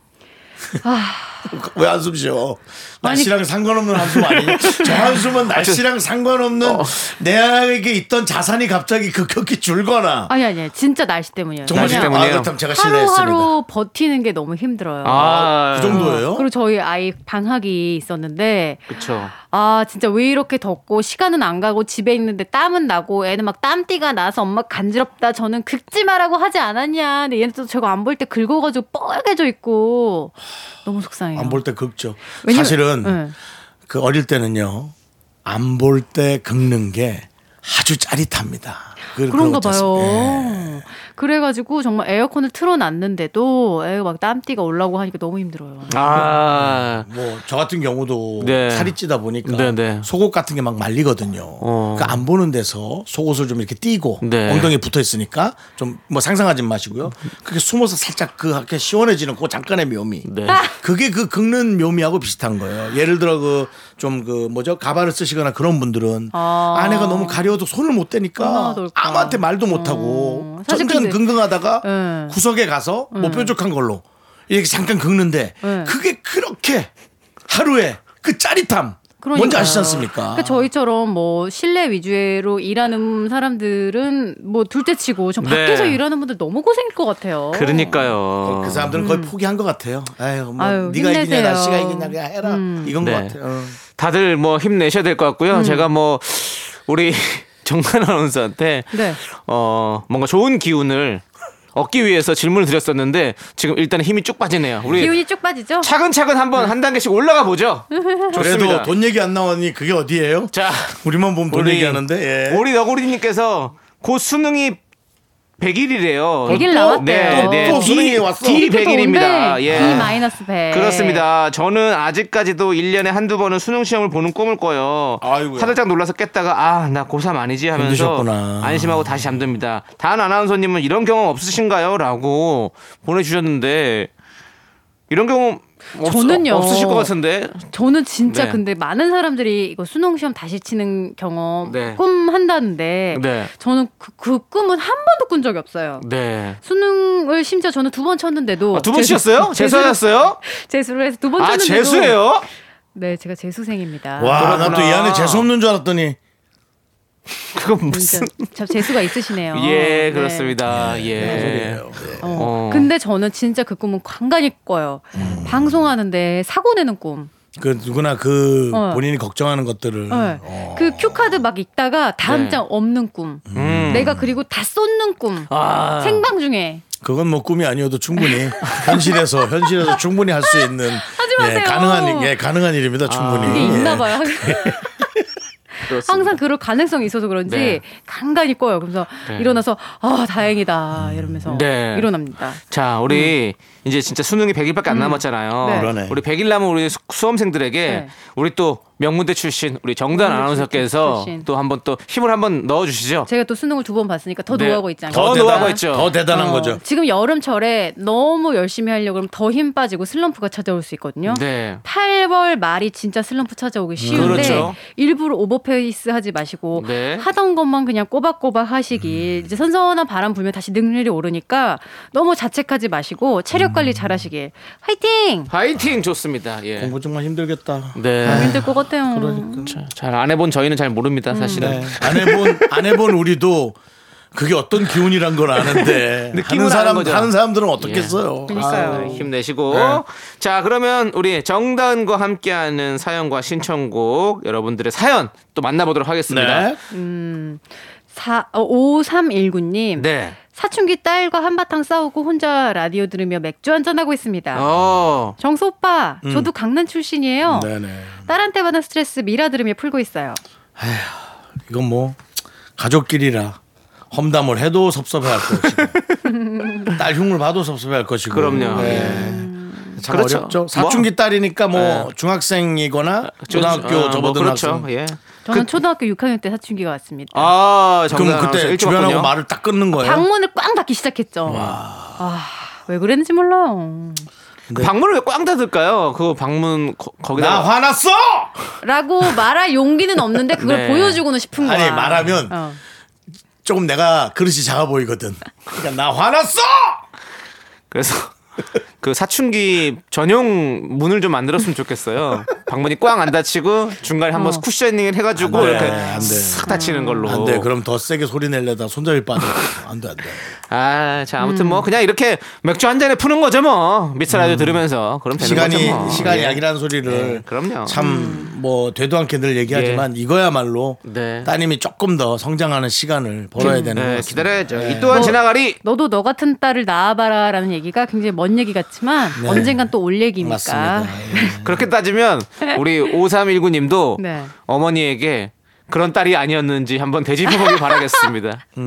S1: 왜 한숨 쉬어? 날씨랑 상관없는 한숨 아니에요? 저 어. 한숨은 날씨랑 상관없는 내에게 있던 자산이 갑자기 급격히 줄거나
S8: 아니 아니 진짜 날씨 때문이에요.
S1: 정말
S2: 날씨
S8: 그냥
S2: 때문이에요.
S1: 아, 그렇다면 제가 실례했습니다.
S8: 하루하루 버티는 게 너무 힘들어요.
S2: 아,
S1: 그 정도예요?
S8: 그리고 저희 아이 그렇죠. 방학이 있었는데
S2: 그렇죠.
S8: 아 진짜 왜 이렇게 덥고 시간은 안 가고 집에 있는데 땀은 나고 애는 막 땀띠가 나서 엄마 간지럽다 저는 긁지 마라고 하지 않았냐 근데 얘는 또 저거 안 볼 때 긁어가지고 뻘개져 있고 너무 속상해요
S1: 안 볼 때 긁죠.
S8: 왜냐면-
S1: 사실은
S8: 네.
S1: 그 어릴 때는요 안 볼 때 긁는 게 아주 짜릿합니다. 그-
S8: 그런가
S1: 그러지
S8: 봐요.
S1: 않습니까? 예.
S8: 그래가지고 정말 에어컨을 틀어놨는데도 에어 막 땀띠가 올라오고 하니까 너무 힘들어요.
S2: 아,
S1: 뭐 저 같은 경우도
S2: 네.
S1: 살이 찌다 보니까
S2: 네, 네.
S1: 속옷 같은 게 막 말리거든요. 그러니까 안 보는 데서 속옷을 좀 이렇게 띄고
S2: 네.
S1: 엉덩이에 붙어 있으니까 좀 뭐 상상하지 마시고요. 그게 숨어서 살짝 그 이렇게 시원해지는 그 잠깐의 묘미.
S2: 네.
S1: 그게 그 긁는 묘미하고 비슷한 거예요. 예를 들어 그 좀 그 뭐죠 가발을 쓰시거나 그런 분들은
S8: 아.
S1: 아. 내가 너무 가려워도 손을 못 대니까
S8: 얼마나 더울까.
S1: 아무한테 말도 못 하고
S8: 어. 사실
S1: 점점
S8: 근데-
S1: 긍긍하다가
S8: 네.
S1: 구석에 가서 뭐 뾰족한 걸로 이렇게 잠깐 긁는데
S8: 네.
S1: 그게 그렇게 하루에 그 짜릿함
S8: 그러니까요.
S1: 뭔지 아시지 않습니까?
S8: 그러니까 저희처럼 뭐 실내 위주로 일하는 사람들은 뭐 둘째치고 저 밖에서
S2: 네.
S8: 일하는 분들 너무 고생일 것 같아요.
S2: 그러니까요.
S1: 그 사람들은 거의 포기한 것 같아요. 아유, 뭐
S8: 음. 아유,
S1: 네가 이기냐,
S8: 힘내세요. 음.
S1: 날씨가 이기냐, 그냥 해라. 이건
S2: 네.
S1: 것 같아요. 어.
S2: 다들 뭐 힘내셔야 될 것 같고요. 제가 뭐 우리 정관 아나운서한테
S8: 네.
S2: 어 뭔가 좋은 기운을 얻기 위해서 질문을 드렸었는데 지금 일단 힘이 쭉 빠지네요. 우리
S8: 기운이 쭉 빠지죠?
S2: 차근차근 한번 한 단계씩 올라가 보죠.
S1: 그래도 돈 얘기 안 나오니 그게 어디예요?
S2: 자,
S1: 우리만 보면 돈
S2: 우리-
S1: 얘기하는데. 예.
S2: 우리 너구리님께서 곧 수능이 100일이래요.
S8: 100일
S2: 네,
S8: 나왔대요.
S2: 네.
S1: 또 수능이 왔어.
S2: D
S8: 이렇게
S2: 100일입니다.
S8: 더운데
S2: 예.
S8: D 마이너스 100.
S2: 그렇습니다. 저는 아직까지도 1년에 한두 번은 수능 시험을 보는 꿈을 꿔요.
S4: 아이고야.
S2: 화들짝 놀라서 깼다가 아, 나 고3 아니지 하면서
S1: 힘드셨구나.
S2: 안심하고 다시 잠듭니다. 단 아나운서님은 이런 경험 없으신가요? 라고 보내주셨는데 이런 경험 없,
S8: 저는요.
S2: 없으실 것 같은데
S8: 저는 진짜
S2: 네.
S8: 근데 많은 사람들이 이거 수능 시험 다시 치는 경험
S2: 네.
S8: 꿈 한다는데
S2: 네.
S8: 저는 그, 그 꿈은 한 번도 꾼 적이 없어요.
S2: 네.
S8: 수능을 심지어 저는 두 번 쳤는데도
S2: 아, 두번 치셨어요? 재수하셨어요?
S8: 재수를 해서 두 번
S2: 아,
S8: 쳤는데도
S2: 재수예요?
S8: 네, 제가 재수생입니다.
S1: 와, 나 또
S2: 그렇구나.
S1: 이 안에 재수 없는 줄 알았더니
S2: 그건 무슨.
S8: 진짜 참 재수가 있으시네요.
S2: 예,
S8: 네.
S2: 그렇습니다. 예.
S1: 소리예요.
S8: 어.
S2: 어.
S8: 근데 저는 진짜 그 꿈은 간간히 꿔요. 방송하는데 사고 내는 꿈.
S1: 그 누구나 그
S8: 어.
S1: 본인이 걱정하는 것들을
S8: 네.
S1: 어.
S8: 그 큐카드 막 읽다가 다음
S2: 네.
S8: 장 없는 꿈.
S2: 음.
S8: 내가 그리고 다 쏟는 꿈.
S2: 아.
S8: 생방 중에.
S1: 그건 뭐 꿈이 아니어도 충분히 현실에서 현실에서 충분히 할 수 있는 예,
S8: 마세요.
S1: 가능한 일- 예, 가능한 일입니다 충분히.
S8: 아, 이게
S1: 예.
S8: 있나 봐요.
S2: 네.
S8: 항상 그럴 가능성이 있어서 그런지
S2: 네.
S8: 간간히 꿔요. 그래서
S2: 네.
S8: 일어나서 아 다행이다 이러면서
S2: 네.
S8: 일어납니다.
S2: 자, 우리 이제 진짜 수능이 100일밖에 안 남았잖아요.
S8: 음. 네.
S1: 그러네.
S2: 우리 100일 남은 우리 수- 수험생들에게
S8: 네.
S2: 우리 또 명문대 출신 우리 정단
S8: 명문대
S2: 아나운서께서
S8: 출신.
S2: 또 한번 또 힘을 한번 넣어 주시죠.
S8: 제가 또 수능을 두 번 봤으니까 더
S2: 네.
S8: 노하고 있지 않겠어요?
S2: 더
S1: 대단-
S2: 노하고 있죠.
S1: 더 대단한
S8: 어.
S1: 거죠.
S8: 지금 여름철에 너무 열심히 하려고 그러면 더 힘 빠지고 슬럼프가 찾아올 수 있거든요.
S2: 네.
S8: 8월 말이 진짜 슬럼프 찾아오기 쉬운데
S2: 그렇죠.
S8: 일부러 오버페이스 하지 마시고
S2: 네. 음.
S8: 하던 것만 그냥 꼬박꼬박 하시길 이제 선선한 바람 불면 다시 능률이 오르니까 너무 자책하지 마시고 체력
S2: 음.
S8: 관리 잘하시길 화이팅!
S2: 파이팅 좋습니다. 예.
S1: 공부 정말 힘들겠다.
S2: 네.
S8: 힘들 것 같아요.
S2: 잘 안 해본 저희는 잘
S8: 음.
S2: 모릅니다, 사실은.
S1: 네. 안 해본 안 해본 우리도 그게 어떤 기운이란 걸 아는데
S2: 느낌을
S1: 하는 사람
S2: 아는 거죠. 예.
S1: 하는 사람들은 어떻겠어요. 네.
S2: 아, 힘내시고 자 그러면 우리 정다은과 함께하는 사연과 신청곡 여러분들의 사연 또 만나보도록 하겠습니다.
S1: 네.
S8: 4, 5319님
S2: 네.
S8: 어, 사춘기 딸과 한바탕 싸우고 혼자 라디오 들으며 맥주 한잔하고 있습니다.
S2: 어.
S8: 정수 오빠, 저도 강남 출신이에요.
S1: 음. 네네.
S8: 딸한테 받은 스트레스 미라 들으며 풀고 있어요.
S1: 이건 뭐 가족끼리라 험담을 해도 섭섭해할 것이고 딸 흉을 봐도 섭섭해할 것이고
S2: 그럼요.
S1: 네. 참
S2: 그렇죠.
S1: 어렵죠.
S2: 뭐. 예.
S1: 사춘기 딸이니까 뭐 중학생이거나
S2: 저-
S1: 그 초등학교
S2: 어, 뭐
S1: 접어든
S2: 그렇죠.
S1: 학생.
S2: 예.
S8: 저는 초등학교 6학년 때 사춘기가 왔습니다.
S2: 아,
S1: 그럼
S2: 정답
S1: 그때
S2: 일찍
S1: 주변하고
S2: 왔군요.
S1: 말을 딱 끊는 거예요.
S8: 방문을 꽝 닫기 시작했죠. 아, 왜 그랬는지 몰라요.
S2: 그 방문을 왜 꽝 닫을까요? 그 방문 거,
S1: 네. 나
S2: 거기다
S1: 화났어!
S8: 라고 말할 용기는 없는데 그걸
S2: 네.
S8: 보여주고는 싶은 거야.
S1: 아니, 말하면
S8: 어.
S1: 조금 내가 그릇이 작아 보이거든. 그러니까 나 화났어!
S2: 그래서 그 사춘기 전용 문을 좀 만들었으면 좋겠어요. 방문이 꽝 안 닫히고 중간에 한번
S8: 어.
S2: 쿠셔닝을 해가지고
S1: 안 돼,
S2: 이렇게
S1: 안 돼.
S2: 싹 닫히는 걸로.
S1: 안 돼. 그럼 더 세게 소리 내려다 손잡이 빠져. 안 돼, 안 돼.
S2: 아, 자
S1: 음.
S2: 아무튼 뭐 그냥 이렇게 맥주 한 잔에 푸는 거죠 뭐 미스 라디오 들으면서 그럼 되는
S1: 시간이
S2: 거죠 뭐.
S1: 시간이
S2: 예.
S1: 약이라는 소리를
S2: 예, 그럼요. 음. 예.
S1: 참 뭐 되도 않게 늘 얘기하지만 이거야말로
S2: 네.
S1: 따님이 조금 더 성장하는 시간을 벌어야 되는 것
S2: 네,
S1: 같습니다.
S2: 기다려야죠. 이 또한
S8: 뭐-
S2: 지나가리.
S8: 너도 너 같은 딸을 낳아봐라라는 얘기가 굉장히 먼 얘기 같지만
S1: 네.
S8: 언젠간 또 올 얘기니까.
S1: 맞습니다. 예.
S2: 그렇게 따지면 우리 5319님도
S8: 네.
S2: 어머니에게 그런 딸이 아니었는지 한번 되짚어보길 바라겠습니다.
S1: 음.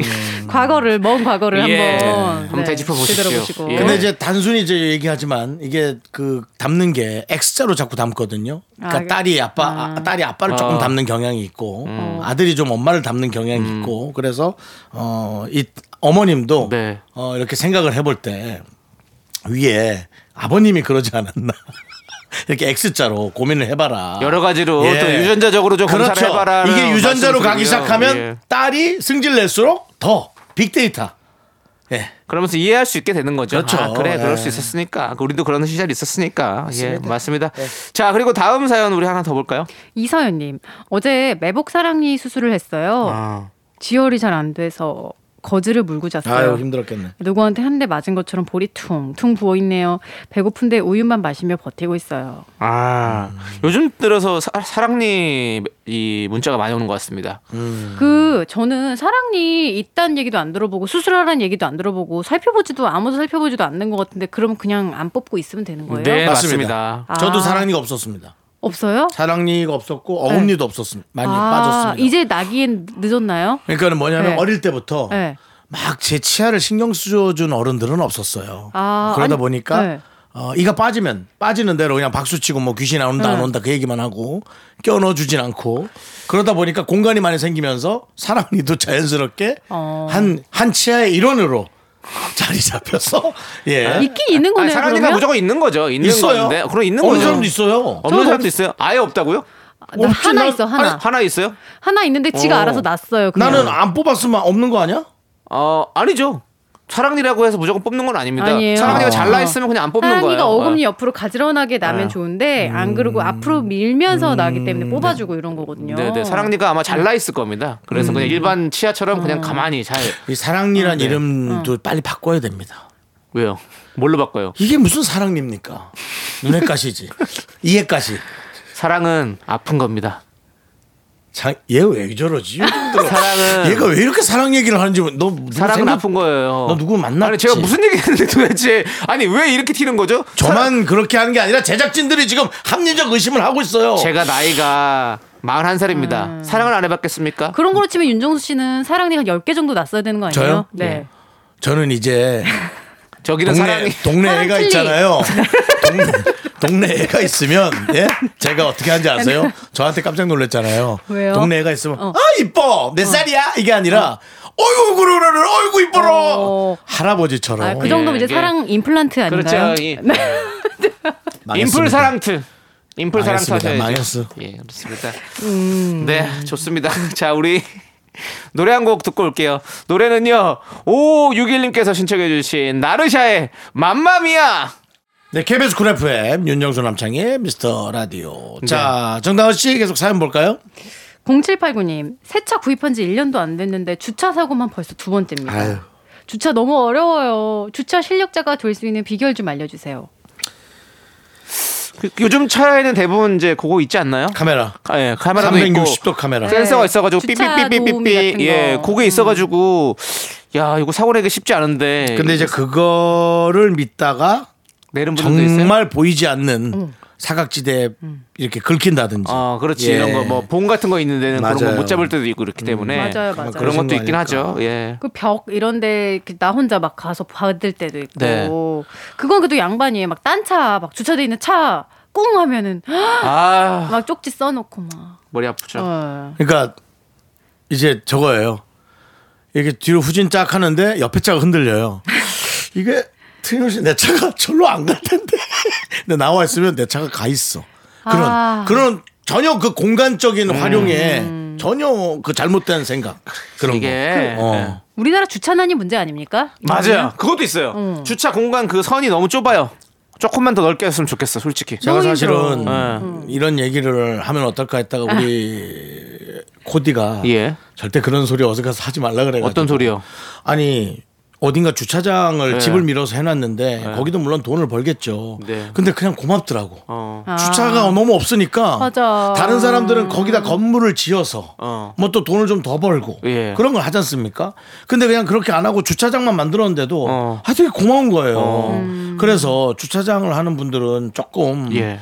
S8: 과거를 먼 과거를
S2: 예.
S1: 네.
S8: 한번 네,
S2: 한번 되짚어 보십시오.
S8: 되돌아보시고.
S2: 예.
S1: 근데 이제 단순히 이제 얘기하지만 이게 그 담는 게 X자로 자꾸 담거든요. 그러니까
S8: 아, 그-
S1: 딸이 아빠 아, 딸이 아빠를 조금
S2: 어.
S1: 담는 경향이 있고
S2: 음.
S1: 아들이 좀 엄마를 담는 경향이 있고 그래서 어이 어머님도
S2: 네.
S1: 어 이렇게 생각을 해볼 때 위에 아버님이 그러지 않았나. 이렇게 X자로 고민을 해봐라. 예.
S2: 여러 가지로 또 유전자적으로 좀
S1: 그렇죠.
S2: 검사를 해봐라.
S1: 이게 유전자로
S2: 말씀드리고요.
S1: 가기 시작하면
S2: 예.
S1: 딸이 승질 낼수록 더 빅데이터 예.
S2: 그러면서 이해할 수 있게 되는 거죠.
S1: 그렇죠.
S2: 아, 그래,
S1: 예.
S2: 그럴 수 있었으니까. 우리도 그런 시절이 있었으니까. 예,
S1: 맞습니다.
S2: 맞습니다. 자, 그리고 다음 사연 우리 하나 더 볼까요?
S8: 이서연님 어제 매복 사랑니 수술을 했어요. 지혈이 잘 안 돼서 거즈를 물고 잤어요.
S1: 아. 아유 힘들었겠네.
S8: 누구한테 한 대 맞은 것처럼 볼이 퉁퉁 부어 있네요. 배고픈데 우유만 마시며 버티고 있어요.
S2: 아, 요즘 들어서 사, 사랑니 이 문자가 많이 오는 것 같습니다.
S1: 음.
S8: 그 저는 사랑니 있다는 얘기도 안 들어보고 수술하라는 얘기도 안 들어보고 살펴보지도 아무도 살펴보지도 않는 것 같은데 그럼 그냥 안 뽑고 있으면 되는 거예요?
S2: 네,
S1: 맞습니다.
S2: 맞습니다.
S1: 저도
S8: 아.
S1: 사랑니가 없었습니다.
S8: 없어요?
S1: 사랑니가 없었고 어금니도 없었습니다. 많이
S8: 아,
S1: 빠졌습니다.
S8: 이제 나기엔 늦었나요?
S1: 그러니까는 뭐냐면
S8: 네.
S1: 어릴 때부터
S8: 네.
S1: 막 제 치아를 신경 쓰여준 어른들은 없었어요.
S8: 아,
S1: 그러다
S8: 아니,
S1: 보니까
S8: 네.
S1: 어, 이가 빠지면 빠지는 대로 그냥 박수 치고 뭐 귀신 안 온다 안
S8: 네.
S1: 온다 그 얘기만 하고 껴넣어 주진 않고 그러다 보니까 공간이 많이 생기면서 사랑니도 자연스럽게
S8: 어.
S1: 한 한 치아의 일원으로 자리 잡혀서 예
S8: 있긴 있는
S2: 아니,
S8: 거네요.
S2: 사랑니가
S8: 그러면?
S2: 무조건 있는 거죠. 있는
S1: 있어요.
S2: 건데. 그럼 있는
S1: 어느
S2: 거죠.
S1: 사람도 있어요.
S2: 없는
S8: 저-
S2: 사람도 있어요? 아예 없다고요?
S8: 아, 나
S1: 없지,
S8: 하나
S1: 난-
S8: 있어 하나
S2: 아니, 하나 있어요?
S8: 하나 있는데 지가 알아서 났어요. 그냥.
S1: 나는 안 뽑았으면 없는 거 아니야?
S2: 어, 아니죠. 사랑니라고 해서 무조건 뽑는 건 아닙니다.
S8: 아니에요.
S2: 사랑니가 잘
S8: 어.
S2: 나 있으면 그냥 안 뽑는 거예요.
S8: 사랑니가 어금니
S2: 어. 네. 음.
S8: 옆으로 가지런하게 나면 좋은데 안 그러고 앞으로 밀면서 나기 때문에 뽑아주고 이런 거거든요. 음.
S2: 네네. 사랑니가 아마 잘 나 있을 겁니다. 그래서 그냥 일반 치아처럼 그냥 가만히 잘
S1: 이 사랑니란 이름도 빨리 바꿔야 됩니다.
S2: 왜요? 뭘로 바꿔요?
S1: 이게 무슨 사랑니입니까? 눈에 가시지 이에 가시.
S2: 사랑은 아픈 겁니다.
S1: 자, 얘왜 저러지? 요즘 들어.
S2: 사랑은-
S1: 얘가 왜 이렇게 사랑 얘기를 하는지 모르- 너 누구
S2: 사랑은
S1: 생각-
S2: 아픈 거예요.
S1: 너 누구 만났지?
S2: 아니 제가 무슨 얘기했는데 도대체 아니 왜 이렇게 튀는 거죠?
S1: 저만 그렇게 하는 게 아니라 제작진들이 지금 합리적 의심을 하고 있어요.
S2: 제가 나이가 41살입니다.
S8: 음.
S2: 사랑을 안 해봤겠습니까?
S8: 그런 걸로 치면 윤정수 씨는 사랑니가 10개 정도 났어야 되는 거 아니에요?
S1: 저요?
S8: 네.
S1: 저는 이제
S2: 저기는
S1: 동네
S2: 사랑이
S1: 동네 애가
S8: 사랑 틀리.
S1: 있잖아요. 동네, 동네 애가 있으면 예? 제가 어떻게 하는지 아세요? 저한테 깜짝 놀랐잖아요.
S8: 왜요?
S1: 동네 애가 있으면
S8: 어.
S1: 아 이뻐 몇 살이야 이게 아니라 어. 이구 그러라를 어이구 이뻐라
S8: 어.
S1: 할아버지처럼
S8: 아, 그 정도면
S2: 예,
S8: 이제
S2: 예.
S8: 사랑 임플란트 아닌가요? 네.
S2: 그렇죠. 이-
S1: 망했습니다.
S2: 인풀 사랑틀. 인풀 사랑틀
S1: 망했습니다.
S2: 하셔야죠.
S1: 망했어.
S2: 예, 그렇습니다.
S8: 음.
S2: 네, 좋습니다. 자, 우리 노래 한 곡 듣고 올게요. 노래는요. 5561님께서 신청해 주신 나르샤의 맘마미아.
S1: 네, KBS 쿨 FM 윤정수 남창의 미스터 라디오.
S8: 네.
S1: 자, 정다은 씨 계속 사연 볼까요?
S8: 0789님, 새 차 구입한 지 1년도 안 됐는데 주차 사고만 벌써 두 번째입니다. 주차 너무 어려워요. 주차 실력자가 될 수 있는 비결 좀 알려주세요.
S2: 그- 요즘 차에는 대부분 이제 그거 있지 않나요?
S1: 카메라.
S2: 아, 예, 카메라도 있고
S1: 360도 카메라.
S2: 센서가
S8: 네.
S2: 있어가지고
S8: 주차 도우미
S2: 삐삐삐삐삐
S8: 같은
S2: 예,
S8: 거. 음.
S2: 그게 있어가지고 야 이거 사고 내기 쉽지 않은데.
S8: 네,
S1: 근데 이제 그거를 믿다가
S2: 내는 분들도 있어요. 음.
S1: 정말 보이지 않는 사각지대에 이렇게 긁힌다든지.
S2: 아, 그렇지.
S1: 예.
S2: 이런 거 뭐 봉 같은 거 있는 데는 그런
S1: 맞아요.
S2: 거 못 잡을 때도 있고 그렇기 때문에
S8: 음, 맞아요, 맞아요.
S2: 네. 그런 것도 있긴
S1: 아닐까.
S2: 하죠. 예.
S8: 그 벽 이런데 이렇게 나 혼자 막 가서 받을 때도 있고
S2: 네.
S8: 그건 그래도 양반이에요. 막 딴 차 막 주차돼 있는 차 꽁 하면은
S2: 아,
S8: 막 쪽지 써놓고 막.
S2: 머리 아프죠.
S8: 어.
S1: 그러니까 이제 저거예요. 이렇게 뒤로 후진 짝 하는데 옆에 차가 흔들려요. 이게 틀림없이 내 차가 절로 안 갈 텐데. 근데 나와 있으면 내 차가 가 있어. 그런
S8: 아.
S1: 그런 전혀 그 공간적인
S2: 음.
S1: 활용에 전혀 그 잘못된 생각 그런
S2: 이게
S1: 거. 어.
S2: 네.
S8: 우리나라 주차난이 문제 아닙니까?
S2: 맞아요. 그것도 있어요. 주차 공간 그 선이 너무 좁아요. 조금만 더 넓게 했으면 좋겠어, 솔직히. 예.
S1: 제가
S8: 너무
S1: 사실은
S2: 힘들어.
S1: 이런 얘기를 하면 어떨까 했다가 우리 코디가
S2: 아. 예.
S1: 절대 그런 소리 어디 가서 하지 말라 그래가지고
S2: 어떤 소리요?
S1: 아니 어딘가 주차장을
S2: 네.
S1: 집을 밀어서 해놨는데 거기도 물론 돈을 벌겠죠.
S2: 네.
S1: 근데 그냥 고맙더라고.
S2: 어.
S1: 주차가 너무 없으니까
S8: 맞아.
S1: 다른 사람들은 거기다 건물을 지어서
S2: 어.
S1: 뭐 또 돈을 좀 더 벌고
S2: 예.
S1: 그런 걸 하지 않습니까? 근데 그냥 그렇게 안 하고 주차장만 만들었는데도
S2: 어.
S1: 하여튼 고마운 거예요.
S2: 어.
S1: 그래서 주차장을 하는 분들은 조금
S2: 예.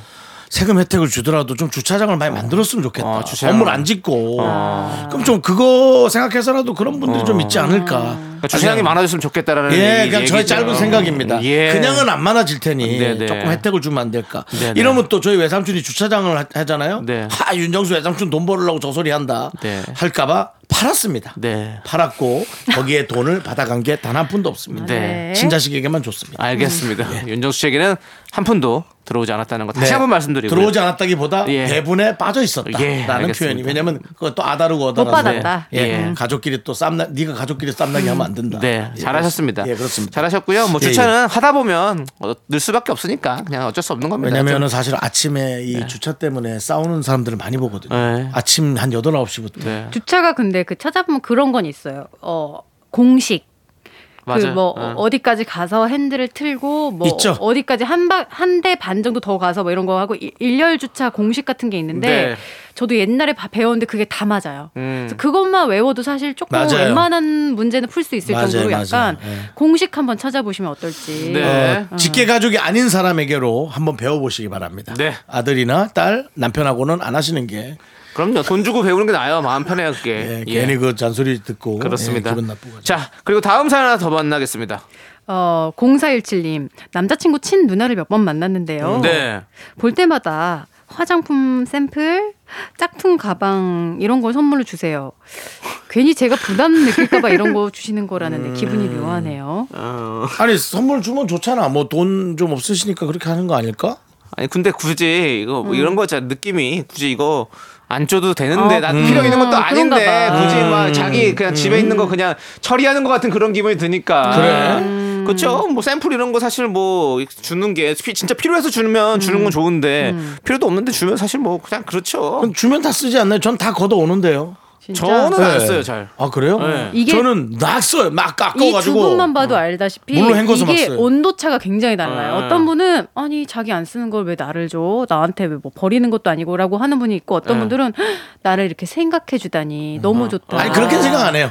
S1: 세금 혜택을 주더라도 좀 주차장을 많이 만들었으면 좋겠다.
S2: 어, 주차장. 아.
S1: 건물 안 짓고. 그럼 좀 그거 생각해서라도 그런 분들이 좀 있지 않을까.
S2: 어. 그러니까 주차장이 많아졌으면 좋겠다라는
S1: 예,
S2: 얘기-
S1: 그냥 저의
S2: 얘기죠.
S1: 짧은 생각입니다.
S2: 예.
S1: 그냥은 안 많아질 테니
S2: 네네.
S1: 조금 혜택을 주면 안 될까.
S2: 네네.
S1: 이러면 또 저희 외삼촌이 주차장을 하- 하잖아요.
S2: 네.
S1: 하 윤정수 외삼촌 돈 벌으려고 저 소리 한다.
S2: 네.
S1: 할까봐 팔았습니다.
S2: 네.
S1: 팔았고 거기에 돈을 받아간 게 단 한 푼도 없습니다.
S2: 네.
S1: 친자식에게만 줬습니다. 예.
S2: 알겠습니다. 윤정수 씨에게는 한 푼도 들어오지 않았다는 거 다시 한번 말씀드리고
S1: 네. 들어오지 않았다기보다
S2: 예.
S1: 배분에 빠져 있었다라는
S2: 예, 알겠습니다.
S1: 표현이 왜냐면 그거 또 아다르고 어다라서
S8: 받았다.
S1: 예.
S2: 예.
S1: 가족끼리 또 쌈나 네가 가족끼리 쌈나게 하면 안 된다.
S2: 네,
S1: 예,
S2: 잘하셨습니다.
S1: 예, 그렇습니다.
S2: 잘하셨고요. 뭐
S1: 예,
S2: 주차는 하다 보면 어, 늘 수밖에 없으니까 그냥 어쩔 수 없는 겁니다.
S1: 왜냐면은 사실 아침에 이 주차 때문에 싸우는 사람들을 많이 보거든요.
S2: 네.
S1: 아침 한 8, 9시부터.
S2: 좀. 네,
S8: 주차가 근데 그 찾아보면 그런 건 있어요. 어 공식
S2: 맞아요.
S8: 그 뭐
S2: 네.
S8: 어디까지 가서 핸들을 틀고 뭐
S1: 있죠.
S8: 어디까지 한한대 반 정도 더 가서 뭐 이런 거 하고 이- 일렬 주차 공식 같은 게 있는데
S2: 네.
S8: 저도 옛날에 바- 배웠는데 그게 다 맞아요.
S2: 음.
S8: 그래서 그것만 외워도 사실 조금
S1: 맞아요.
S8: 웬만한 문제는 풀 수 있을
S1: 맞아요,
S8: 정도로
S1: 맞아요.
S8: 약간
S1: 네.
S8: 공식 한번 찾아보시면 어떨지.
S2: 네.
S8: 음.
S1: 어, 직계 가족이 아닌 사람에게로 한번 배워보시기 바랍니다.
S2: 네.
S1: 아들이나 딸, 남편하고는 안 하시는 게
S2: 그럼요. 돈 주고 배우는 게 나아요. 마음 편해요, 그게.
S1: 예, 괜히 그 잔소리 듣고
S2: 그렇습니다.
S1: 예, 기분 나쁘고.
S2: 자, 그리고 다음 사연 하나 더 만나겠습니다.
S8: 어 0417님 남자친구 친 누나를 몇 번
S1: 음.
S8: 만났는데요.
S2: 네.
S8: 볼 때마다 화장품 샘플, 짝퉁 가방 이런 걸 선물로 주세요. 괜히 제가 부담 느낄까봐 이런 거 주시는 거라는데 기분이 묘하네요.
S1: 음. 아니 선물 주면 좋잖아. 뭐 돈 좀 없으시니까 그렇게 하는 거 아닐까?
S2: 아니 근데 굳이 이거
S8: 음.
S2: 뭐 이런 거자 느낌이 굳이 이거 안 줘도 되는데
S8: 아,
S2: 난 필요 있는 것도
S8: 음,
S2: 아닌데
S8: 그런가 봐. 음.
S2: 굳이 막 자기 그냥 집에 있는 거 그냥 처리하는 것 같은 그런 기분이 드니까 그래 그렇죠 뭐 샘플 이런 거 사실 뭐 주는 게 피- 진짜 필요해서 주면 주는
S8: 음.
S2: 건 좋은데 필요도 없는데 주면 사실 뭐 그냥 그렇죠
S1: 그럼 주면 다 쓰지 않나요? 전 다 걷어 오는데요.
S8: 진짜
S2: 저는 안
S1: 네.
S2: 써요 잘
S1: 아 그래요?
S8: 이게-
S1: 저는 놨어요. 막
S8: 이 두
S1: 깎아가지고.
S8: 분만 봐도 알다시피
S1: 물로 헹궈서
S8: 이게
S1: 봤어요. 아.
S8: 온도 차가 굉장히 달라요.
S2: 음.
S8: 어떤 분은 아니 자기 안 쓰는 걸 왜 나를 줘? 나한테 왜 뭐 버리는 것도 아니고라고 하는 분이 있고 어떤 분들은 "헉, 나를 이렇게 생각해 주다니 너무 좋다.
S1: 네. 음. 아니 그렇게 생각 안 해요.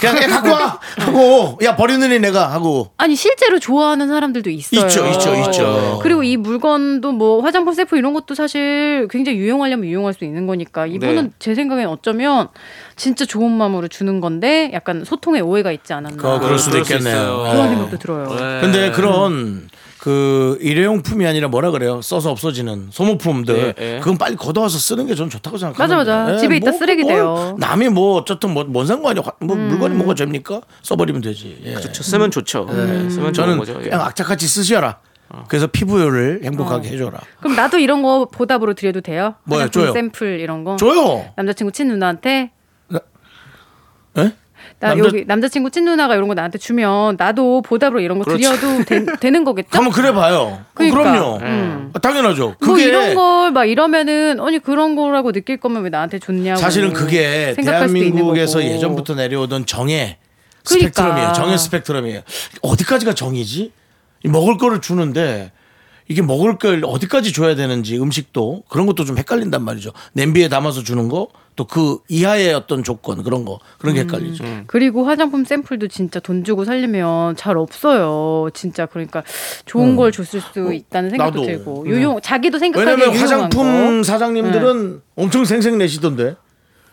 S1: 그냥 그냥 갖고 와
S8: 아.
S1: 하고 야 버리느니 내가 하고
S8: 아니 실제로 좋아하는 사람들도 있어요. 아, 예.
S1: 있죠 있죠 있죠.
S8: 그리고 이 물건도 뭐 화장품 세포 이런 것도 사실 굉장히 유용하려면 유용할 수 있는 거니까 이분은
S2: 네.
S8: 제 생각엔 어쩌면 진짜 좋은 마음으로 주는 건데 약간 소통에 오해가 있지
S1: 그,
S8: 않았나
S1: 그럴 수도
S2: 그럴 수 있어요. 네.
S1: 있겠네요.
S8: 그런
S1: 예.
S8: 생각도 들어요.
S1: 근데 그런 그 일회용품이 아니라 뭐라 그래요? 써서 없어지는 소모품들
S2: 예, 예.
S1: 그건 빨리 걷어와서 쓰는 게 전 좋다고 생각합니다.
S8: 맞아, 맞아. 집에 있다 쓰레기
S1: 뭘
S8: 돼요. 음.
S1: 남이 뭐 어쨌든 뭐, 뭔 상관이 화- 뭐 물건이 뭐가 죄입니까? 써버리면 되지. 예.
S2: 쓰면 좋죠 쓰면 좋은
S1: 저는
S2: 거죠 예. 어.
S1: 그냥 악착같이 쓰셔라. 그래서 피부를
S8: 어.
S1: 행복하게 해줘라.
S8: 그럼 나도 이런 거 보답으로 드려도 돼요?
S1: 뭐요?
S8: 화장품
S1: 줘요.
S8: 샘플 이런 거.
S1: 줘요.
S8: 남자친구 친 누나한테
S1: 예?
S8: 나
S1: 남자-
S8: 여기 남자친구 친 누나가 이런 거 나한테 주면 나도 보답으로 이런 거 드려도 되, 는 거겠죠?
S1: 그렇죠. 한번 그래봐요. 그
S8: 그러니까.
S1: 럼요
S2: 음.
S1: 당연하죠.
S8: 뭐
S1: 그게
S8: 이런 걸 막 이러면은 아니 그런 거라고 느낄 거면 왜 나한테 줬냐고
S1: 사실은 그게
S8: 생각할 수도 있는
S1: 대한민국에서
S8: 거고.
S1: 예전부터 내려오던 정의
S8: 그러니까.
S1: 스펙트럼이에요. 정의 스펙트럼이에요. 어디까지가 정의지? 이 먹을 거를 주는데 이게 먹을 걸 어디까지 줘야 되는지 음식도 그런 것도 좀 헷갈린단 말이죠. 냄비에 담아서 주는 거 또 그 이하의 어떤 조건 그런 거 그런 게
S8: 음.
S1: 헷갈리죠.
S8: 그리고 화장품 샘플도 진짜 돈 주고 살려면 잘 없어요. 진짜 그러니까 좋은 걸 줬을 수 있다는
S1: 음.
S8: 생각도
S1: 뭐, 나도. 네.
S8: 들고 유용 자기도 생각하기에
S1: 왜냐면
S8: 유용한
S1: 화장품
S2: 네.
S8: 거.
S1: 사장님들은 엄청 생색 내시던데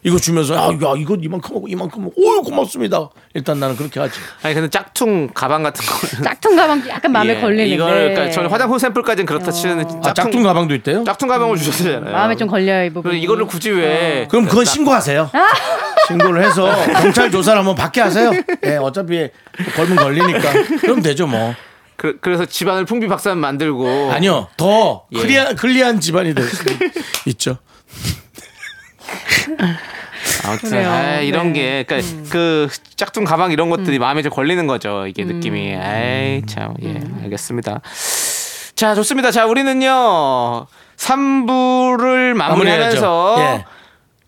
S1: 이거 주면서 아, 야 이거 이만큼 하고 이만큼 하고 오 고맙습니다. 일단 나는 그렇게 하지.
S2: 아니 근데 짝퉁 가방 같은 거
S8: 짝퉁 가방 약간 마음에
S1: 예,
S8: 걸리는데 어.
S2: 이걸 그러니까 저는 화장품 샘플까지는 그렇다 치는
S1: 아, 짝퉁 가방도 있대요?
S2: 짝퉁 가방을 주셨잖아요.
S8: 마음에 좀 어. 걸려요 이 부분.
S2: 그리고 이거를 굳이 왜?
S1: 그럼 그건 신고하세요. 신고를 해서 경찰 조사를 한번 받게 하세요. 예, 어차피 걸면 걸리니까. 그럼 되죠, 뭐.
S2: 그, 래서 집안을 풍비박산 만들고
S1: 아니요, 더
S2: 예.
S1: 클리한, 클리한 집안이 될 수 있죠.
S2: 아무튼
S8: 그래요.
S2: 아,
S8: 네.
S2: 이런 게 그러니까 그 짝퉁 가방 이런 것들이 마음에 좀 걸리는 거죠. 이게 느낌이.
S8: 음.
S2: 아이 참. 예. 알겠습니다. 자, 좋습니다. 자, 우리는요. 3부를 마무리하면서
S1: 마무리해야죠. 예.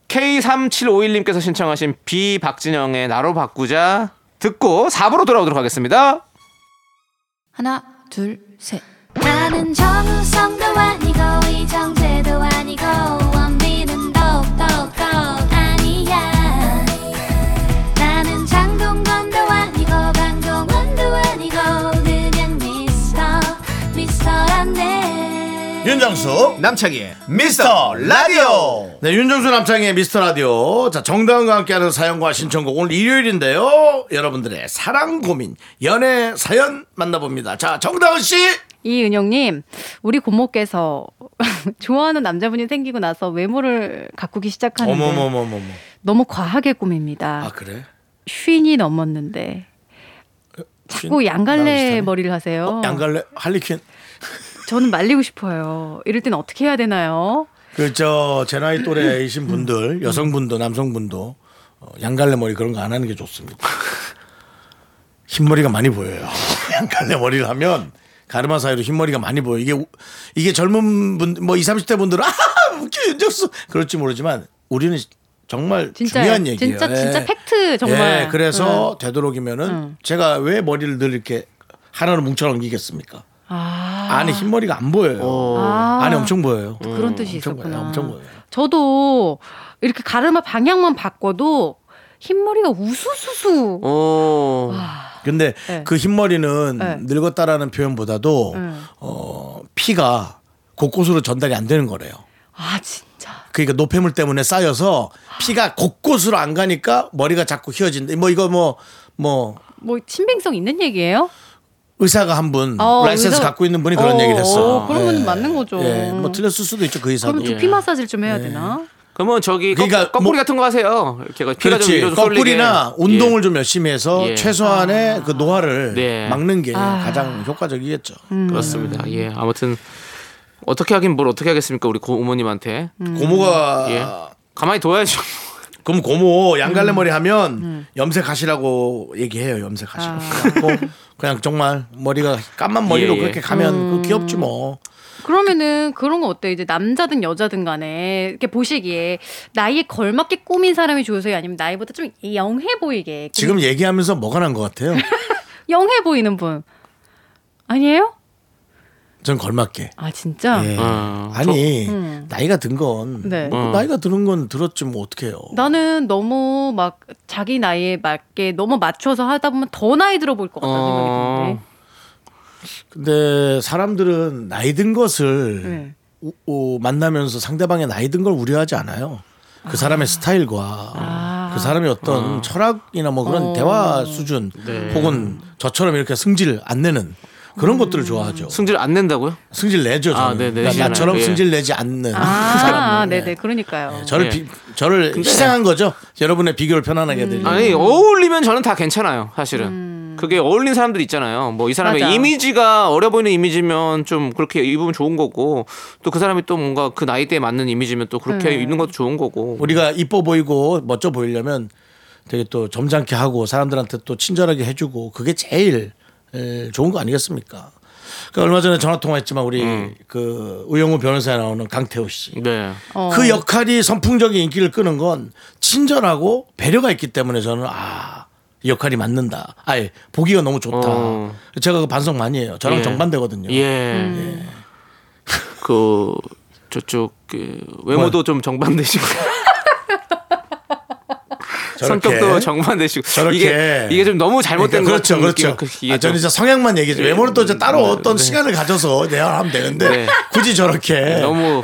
S2: K3751님께서 신청하신 비 박진영의 나로 바꾸자 듣고 4부로 돌아오도록 하겠습니다.
S9: 하나, 둘, 셋.
S6: 나는 정우성도 아니고 이정재도 아니고 원빈은 더욱더 아니야 나는 장동건도 아니고 강동원도 아니고 그냥 미스터 미스터란데
S1: 윤정수, 남창희의 미스터 라디오. 네, 윤정수, 남창희의 미스터 라디오. 자, 정다은과 함께하는 사연과 신청곡. 오늘 일요일인데요. 여러분들의 사랑 고민, 연애 사연 만나봅니다. 자, 정다은 씨.
S8: 아, 이은영님, 우리 고모께서 좋아하는 남자분이 생기고 나서 외모를 가꾸기 시작하는데
S1: 어머머머머머.
S8: 너무 과하게 꾸밉니다.
S1: 아, 그래?
S8: 쉰이 넘었는데 자꾸
S1: 나랑
S8: 양갈래
S1: 비슷하네. 어,
S8: 머리를 하세요.
S1: 양갈래 할리퀸
S8: 저는 말리고 싶어요. 이럴 땐 어떻게 해야 되나요?
S1: 그저 제 나이 또래이신 분들 여성분도 남성분도 어, 양갈래 머리 그런 거 안 하는 게 좋습니다. 흰머리가 많이 보여요. 양갈래 머리를 하면 가르마 사이로 흰머리가 많이 보여. 요 이게 우- 이게 젊은 분뭐 20, 30대 분들은 아 웃겨 윤정수 그럴지 모르지만 우리는 정말
S8: 진짜요.
S1: 중요한 얘기예요.
S8: 진짜-
S1: 예.
S8: 진짜 팩트 정말.
S1: 예, 그래서 되도록이면은
S8: 음.
S1: 제가 왜 머리를 늘 이렇게 하나로 뭉쳐 넘기겠습니까? 안에 흰머리가 안 보여요.
S8: 아.
S1: 어, 안에 엄청 보여요.
S8: 그런 뜻이
S1: 엄청 보여요,
S8: 있었구나.
S1: 엄청 보여요.
S8: 저도 이렇게 가르마 방향만 바꿔도 흰머리가 우수수수.
S2: 오.
S1: 근데
S8: 네.
S1: 그 흰머리는
S8: 네.
S1: 늙었다라는 표현보다도
S8: 음.
S1: 어, 피가 곳곳으로 전달이 안 되는 거래요.
S8: 아 진짜.
S1: 그러니까 노폐물 때문에 쌓여서 피가 곳곳으로 안 가니까 머리가 자꾸 휘어진다. 뭐 이거 뭐 뭐
S8: 뭐 신빙성 있는 얘기예요?
S1: 의사가 한 분
S8: 어,
S1: 라이센스
S8: 의사-
S1: 갖고 있는 분이 그런
S8: 어,
S1: 얘기를 했어.
S8: 어, 그런 건 맞는 거죠.
S1: 예, 뭐 틀렸을 수도 있죠 그 의사도.
S8: 그럼
S2: 예.
S8: 두피 마사지를 좀 해야
S1: 네.
S8: 되나?
S2: 그러면 저기 거-
S1: 그러니까
S2: 거꾸리
S1: 뭐-
S2: 같은 거 하세요. 이렇게 피가 좀
S1: 그렇지.
S2: 위로 좀 쏠리게.
S1: 거꾸리나
S2: 예.
S1: 운동을 좀 열심히 해서
S2: 예.
S1: 최소한의 그 노화를
S2: 네.
S1: 막는 게
S8: 아. 음.
S1: 가장 효과적이겠죠.
S2: 그렇습니다. 예. 아무튼 어떻게 하긴 뭘 어떻게 하겠습니까? 우리 고모님한테.
S1: 음. 고모가
S2: 예. 가만히 둬야죠.
S1: 그럼 고모 양갈래 머리 하면 염색하시라고 얘기해요. 염색하시라고. 그래갖고 그냥 정말 머리가 까만 머리로
S2: 예, 예.
S1: 그렇게 가면 그거 귀엽지 뭐.
S8: 그러면은 그런 거 어때? 이제 남자든 여자든 간에 이렇게 보시기에 나이에 걸맞게 꾸민 사람이 좋으세요? 아니면 나이보다 좀 영해 보이게 좀
S1: 지금 얘기하면서 뭐가 난 것 같아요.
S8: 영해 보이는 분 아니에요?
S1: 전 걸맞게.
S8: 아 진짜?
S1: 예.
S2: 어,
S1: 아니 나이가 든 건뭐
S8: 네.
S1: 나이가 드는 건 들었지 뭐 어떡해요.
S8: 나는 너무 막 자기 나이에 맞게 너무 맞춰서 하다 보면 더 나이 들어 보일 것 같다는
S2: 어.
S8: 생각이 드는데.
S1: 근데 사람들은 나이 든 것을
S8: 네.
S1: 우- 우- 만나면서 상대방의 나이 든 걸 우려하지 않아요. 그 사람의 스타일과 그 사람의 어떤
S2: 아.
S1: 철학이나 뭐 그런 대화 수준
S2: 네.
S1: 혹은 저처럼 이렇게 승질 안 내는 그런 것들을 좋아하죠.
S2: 승질 안 낸다고요?
S1: 승질 내죠. 저는. 그러니까
S2: 아, 네, 네.
S1: 나- 나처럼
S2: 예.
S1: 승질 내지 않는
S8: 아,
S1: 사람.
S8: 네네, 그러니까요.
S1: 저를
S2: 예.
S1: 비- 저를 희생한 거죠. 여러분의 비교를 편안하게 드리는.
S2: 음. 아니 어울리면 저는 다 괜찮아요 사실은
S1: 음.
S2: 그게 어울린 사람들 있잖아요 뭐 이 사람의
S8: 맞아.
S2: 이미지가 어려 보이는 이미지면 좀 그렇게 입으면 좋은 거고 또 그 사람이 또 뭔가 그 나이대에 맞는 이미지면 또 그렇게
S8: 음.
S2: 입는 것도 좋은 거고
S1: 우리가 이뻐 보이고 멋져 보이려면 되게 또 점잖게 하고 사람들한테 또 친절하게 해주고 그게 제일 에, 좋은 거 아니겠습니까? 그 얼마 전에 전화 통화했지만 우리
S2: 음.
S1: 그 우영우 변호사에 나오는 강태호 씨.
S2: 네
S8: 어.
S1: 그 역할이 선풍적인 인기를 끄는 건 친절하고 배려가 있기 때문에 저는 아, 이 역할이 맞는다. 아예 보기가 너무 좋다.
S2: 어.
S1: 제가 그 반성 많이 해요. 저랑
S2: 예.
S1: 정반대거든요.
S2: 예그 그 저쪽 그 외모도
S1: 뭐,
S2: 좀 정반되시고
S1: 저렇게.
S2: 성격도 정반되시고
S1: 저렇게
S2: 이게 이게 좀 너무 잘못된
S1: 그러니까
S2: 것 같은
S1: 그렇죠,
S2: 느낌.
S1: 그렇죠.
S2: 이게
S1: 아, 저는
S2: 좀
S1: 이제 성향만 얘기죠. 외모는 또 이제 따로
S2: 네,
S1: 어떤
S2: 네.
S1: 시간을 가져서 내가 하면 되는데
S2: 네.
S1: 굳이 저렇게
S2: 너무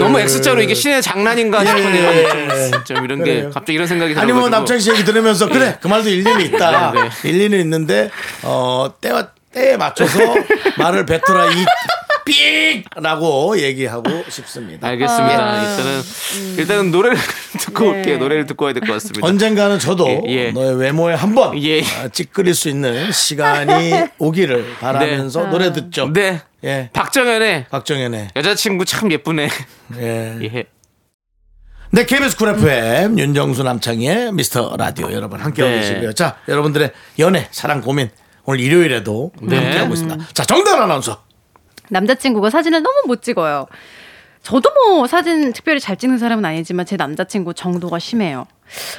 S2: 너무 X자로 이게 신의 장난인가 싶은
S1: 그 예,
S2: 이런
S1: 예.
S2: 좀- 좀 이런 게
S1: 그래요.
S2: 갑자기 이런 생각이
S1: 아니 뭐
S2: 들어가지고.
S1: 남창희 씨 얘기 들으면서 그래 그 말도 일리는 있다.
S2: 네,
S1: 일리는 있는데 어 때와 때에 맞춰서 말을 뱉어라 이 삑라고 얘기하고 싶습니다.
S2: 알겠습니다. 일단은 일단은 노래를 듣고 올게요. 노래를 듣고 와야 될 것 같습니다.
S1: 언젠가는 저도
S2: 예, 예.
S1: 너의 외모에 한번
S2: 예.
S1: 아, 찌끄릴 수 있는 시간이 오기를 바라면서 노래 듣죠.
S2: 네.
S1: 예.
S2: 박정현의
S1: 박정현의
S2: 여자친구 참 예쁘네.
S1: 예.
S2: 예.
S1: 네, KBS 쿨 FM 윤정수 남창희의 미스터 라디오 여러분 함께하고
S2: 네.
S1: 계시고요. 자, 여러분들의 연애, 사랑, 고민 오늘 일요일에도
S2: 네.
S1: 함께하고 있습니다. 자, 정답 아나운서.
S8: 남자친구가 사진을 너무 못 찍어요. 저도 뭐 사진 특별히 잘 찍는 사람은 아니지만 제 남자친구 정도가 심해요.